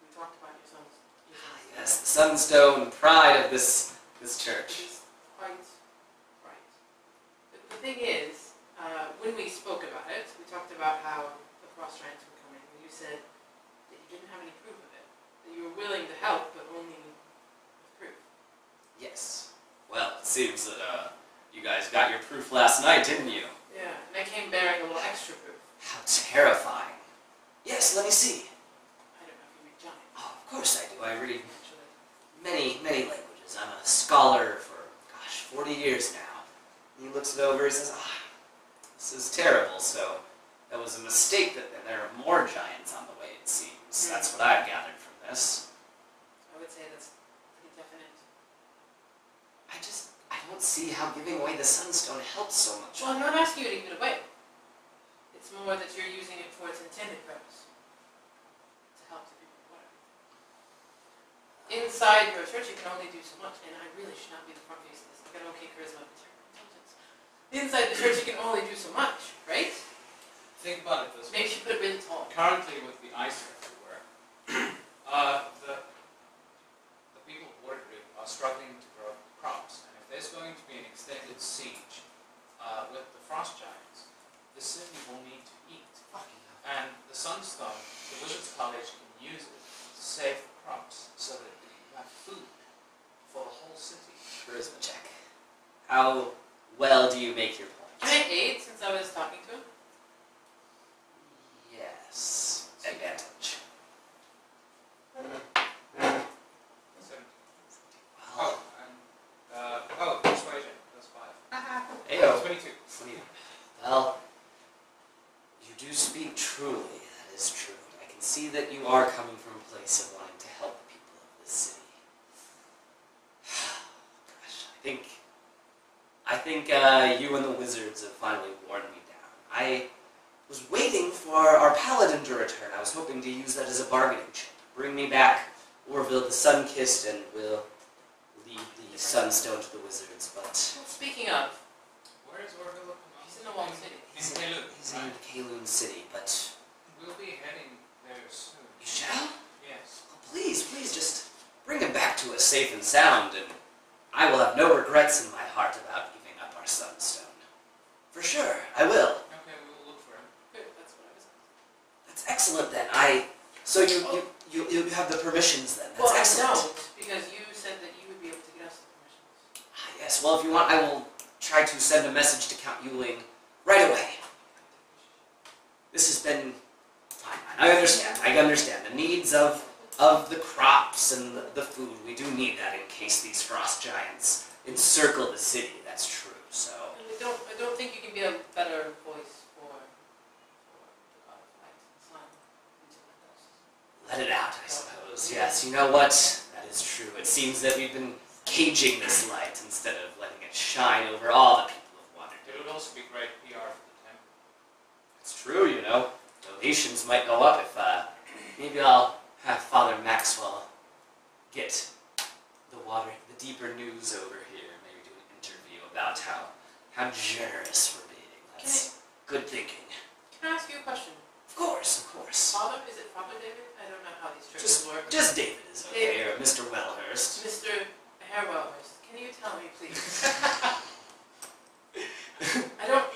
Speaker 4: we talked about your son's. your
Speaker 1: Ah,
Speaker 4: son's-
Speaker 1: yes, the sunstone pride of this this
Speaker 4: which
Speaker 1: church.
Speaker 4: is quite right. The, the thing is, uh, when we spoke about it, we talked about how the frost giants were coming, and you said that you didn't have any proof of it, that you were willing to help, but only with proof.
Speaker 1: Yes. Well, it seems that uh, you guys got your proof last night, didn't you?
Speaker 4: Yeah. And I came bearing a little extra proof.
Speaker 1: How terrifying. Yes, let me see.
Speaker 4: I don't know if you read Johnny.
Speaker 1: Oh, of course I do. many languages. I'm a scholar for, gosh, 40 years now. And he looks it over and says, ah, this is terrible. So that was a mistake that that there are more giants on the way, it
Speaker 4: Hmm.
Speaker 1: seems. That's what I've gathered from this.
Speaker 4: I would say that's pretty definite.
Speaker 1: I just, I don't see how giving away the sunstone helps so much.
Speaker 4: Well, I'm not asking you to give it away. It's more that you're using it for its intended purpose. To help the people, whatever. Inside your church, you can only do so much, and I really should not be the front face of this. I've got okay charisma and intelligence. Inside the church, you can only do so much, right?
Speaker 7: Think about it this way.
Speaker 4: Maybe you put it really tall.
Speaker 7: Currently, with the ice everywhere, uh, the, the people of Waterdeep are struggling to grow crops. And if there's going to be an extended siege uh, with the frost giants, the city will need to eat. And the Sunstone, the Wizards College, can use it to save the crops so that we have food for the whole city.
Speaker 1: Charisma check. How well do you make your
Speaker 4: Can
Speaker 1: point?
Speaker 4: I aid since I was talking to him?
Speaker 1: Yes. Advantage.
Speaker 7: So,
Speaker 1: Well,
Speaker 7: oh, and, uh, oh, persuasion, that's five.
Speaker 1: ayo.
Speaker 7: 22.
Speaker 1: Well, you do speak truly, that is true. I can see that you are coming from a place of wanting to help the people of this city. Gosh, I think. I think uh, you and the wizards have finally worn me down. I was waiting for our paladin to return. I was hoping to use that as a bargaining chip. Bring me back Orville the Sun-Kissed, and we'll leave the Sunstone to the wizards, but.
Speaker 4: Well, speaking of,
Speaker 7: Where is Orville at the moment?
Speaker 4: he's in the wrong city.
Speaker 7: In Kalu,
Speaker 1: He's in
Speaker 7: right?
Speaker 1: Kaloon City, but.
Speaker 7: We'll be heading there soon.
Speaker 1: You shall?
Speaker 7: Yes.
Speaker 1: Oh, please, please, just bring him back to us safe and sound, and I will have no regrets in my heart about giving up our sunstone. For sure, I will.
Speaker 7: Okay, we will look for him.
Speaker 4: Good, that's what I was
Speaker 1: That's excellent then. I. So you you, you, you have the permissions then. That's
Speaker 4: Well, I
Speaker 1: excellent.
Speaker 4: don't, because you said that you would be able to get us the permissions.
Speaker 1: Ah, yes. Well, if you want, I will try to send a message to Count Yuling right away. This has been fine. I understand. I understand the needs of of the crops and the, the food. We do need that in case these frost giants encircle the city. That's true. So
Speaker 4: And I don't, I don't think you can be a better voice for, for the god of light, sun, and different ghosts.
Speaker 1: let it out, I suppose. Yes. You know what? That is true. It seems that we've been caging this light instead of letting it shine over all the people of Waterdeep.
Speaker 7: It would also be great PR for the temple.
Speaker 1: It's true, you know. Donations might go up if, uh, maybe I'll have Father Maxwell get the water, the deeper news over here. Maybe do an interview about how, how generous we're being. That's good thinking.
Speaker 4: Can I ask you a question?
Speaker 1: Of course, of course.
Speaker 4: Father, is it Father David? I don't know how these churches
Speaker 1: Just,
Speaker 4: work.
Speaker 1: just David is okay, or Mr. Wellhurst.
Speaker 4: Mr. Harwellhurst, can you tell me, please? I don't,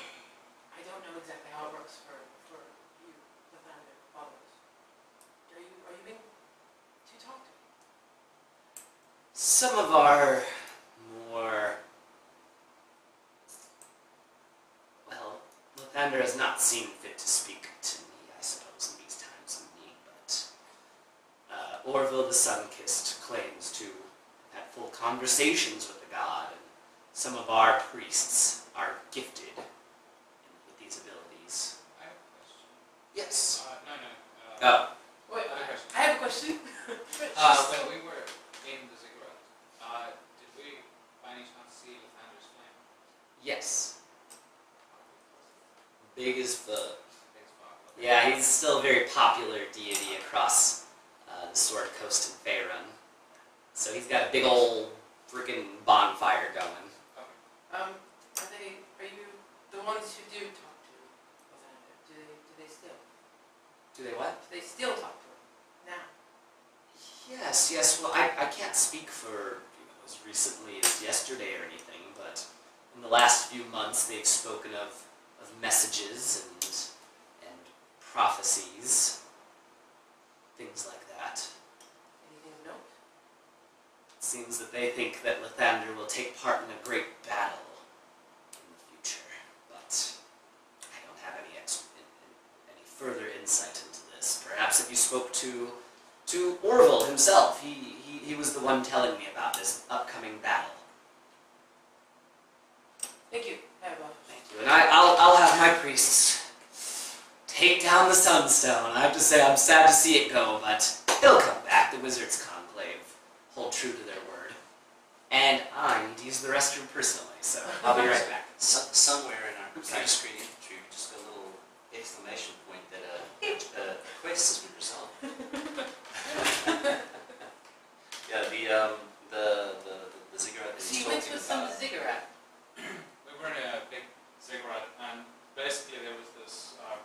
Speaker 4: I don't know exactly how it works for, for you, the founder, followers. Are you, are you being too talked to?
Speaker 1: Some of our more, well, Lathander has not seen fit to speak to me, I suppose, in these times of need, but uh, Orville the Sun-Kissed claims to have had full conversations with the god, and some of our priests are gifted with these abilities.
Speaker 7: I have a question.
Speaker 1: Yes.
Speaker 7: Uh, no, no. Uh,
Speaker 1: Oh,
Speaker 4: Wait,
Speaker 7: Other question.
Speaker 4: I have a question.
Speaker 7: Uh, when we were in the ziggurat, uh, did we by any chance see Lathander's flame?
Speaker 1: yes. Big as the
Speaker 7: Big spark.
Speaker 1: Yeah, he's still a very popular deity across uh, the Sword Coast and Faerun. So he's got a big old freaking bonfire going.
Speaker 4: Um, are they, are you, the ones who do talk to the founder, do they, do they still,
Speaker 1: Do they what?
Speaker 4: do they still talk to him now?
Speaker 1: Yes, yes. Well, I, I can't speak for you know, as recently as yesterday or anything, but in the last few months they've spoken of, of messages and, and prophecies, things like that.
Speaker 4: Anything of note?
Speaker 1: It seems that they think that Lathander will take part in a great battle in the future, but I don't have any ex- any further insight into this. Perhaps if you spoke to to Orville himself, he, he, he was the the one telling me about this upcoming battle.
Speaker 4: Thank you. Have a
Speaker 1: Thank you. And I, I'll, I'll have my priests take down the Sunstone. I have to say, I'm sad to see it go, but it'll come back. The Wizards Conclave hold true to their word. And I need to use the restroom personally, so I'll be right back.
Speaker 5: So, somewhere in our
Speaker 1: Sorry.
Speaker 5: computer screen entry, just a little exclamation point that a, a quest has been resolved. yeah, the um, the the the ziggurat that he's
Speaker 4: See, you went
Speaker 5: talking
Speaker 4: to some
Speaker 5: about.
Speaker 4: ziggurat.
Speaker 7: We were in a big ziggurat, and basically there was this uh,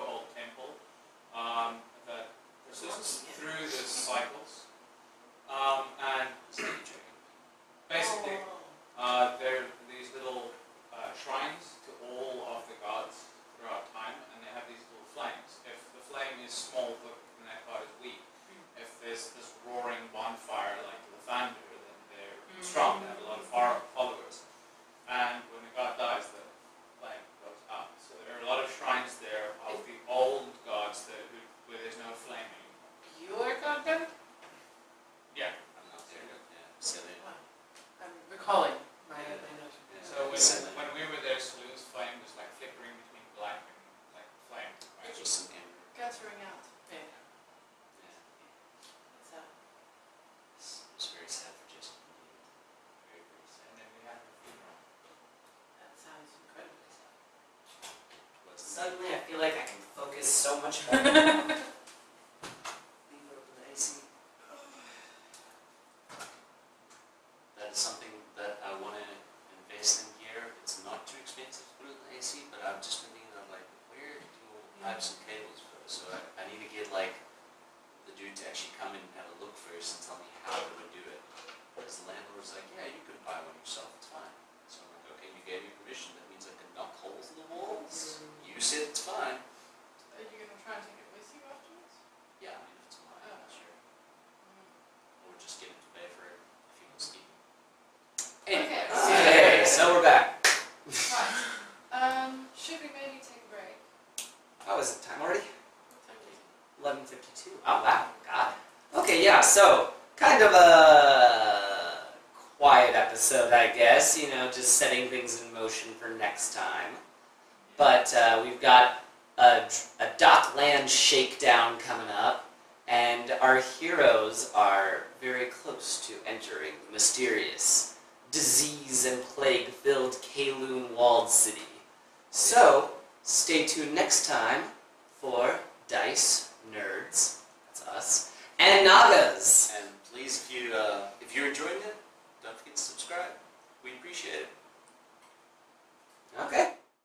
Speaker 7: old temple um, that persists through the cycles. Um, and basically,
Speaker 4: Oh.
Speaker 7: uh, there are these little uh, shrines to all of the gods throughout time, and they have these little flames. If the flame is small, the, then that god is weak. If there's this roaring bonfire like the thunder, then they're strong. They have a lot of far- followers. And when the god dies, the flame goes up. So there are a lot of shrines there of the old gods that, who, where there's no flame anymore.
Speaker 4: Your goddamn?
Speaker 7: Yeah.
Speaker 5: I'm not there. Yeah, so they-
Speaker 4: I'm recalling my, my notes.
Speaker 5: yeah,
Speaker 7: So when,
Speaker 5: so they-
Speaker 7: when we were there, Saloon's flame was like flickering between black and like flame. Right?
Speaker 5: just some amber.
Speaker 3: Guttering out.
Speaker 4: Yeah.
Speaker 5: Yeah,
Speaker 4: So,
Speaker 5: it's, it's very sad for Justin. Very very sad.
Speaker 7: And then we had the funeral.
Speaker 4: that sounds incredibly sad.
Speaker 5: Wasn't
Speaker 1: Suddenly, I feel like I can focus so much more. Leave her blazing.
Speaker 5: That is something that I want to invest in here. It's not too expensive to put in the AC, but I've just been thinking, I'm like, where do all the pipes and cables go? So I, I need to get like the dude to actually come in and have a look first and tell me how to do it. Because the landlord's like, yeah, you can buy one yourself, it's fine. So I'm like, okay, you gave me permission. That means I can knock holes in the walls. You said it's fine.
Speaker 3: Are you gonna try and take it with you afterwards?
Speaker 5: Yeah, I mean, if it's mine,
Speaker 3: Oh.
Speaker 5: sure. Or just get him to pay for it if he wants to.
Speaker 3: Okay.
Speaker 1: Hey, so we're back.
Speaker 3: Right. Um, should we maybe take a break?
Speaker 1: How is it? Time already?
Speaker 4: What time is it?
Speaker 1: 11:52. Oh wow, God. Okay, yeah. So kind of a quiet episode, I guess. You know, just setting things in motion for next time. But uh, we've got a, a Dockland shakedown coming up, and our heroes are very close to entering the mysterious, disease and plague-filled Kaloon Walled City. So stay tuned next time for Dice Nerds. That's us. And Nagas.
Speaker 5: And please, if you uh, if you're enjoying it, don't forget to subscribe. We appreciate it.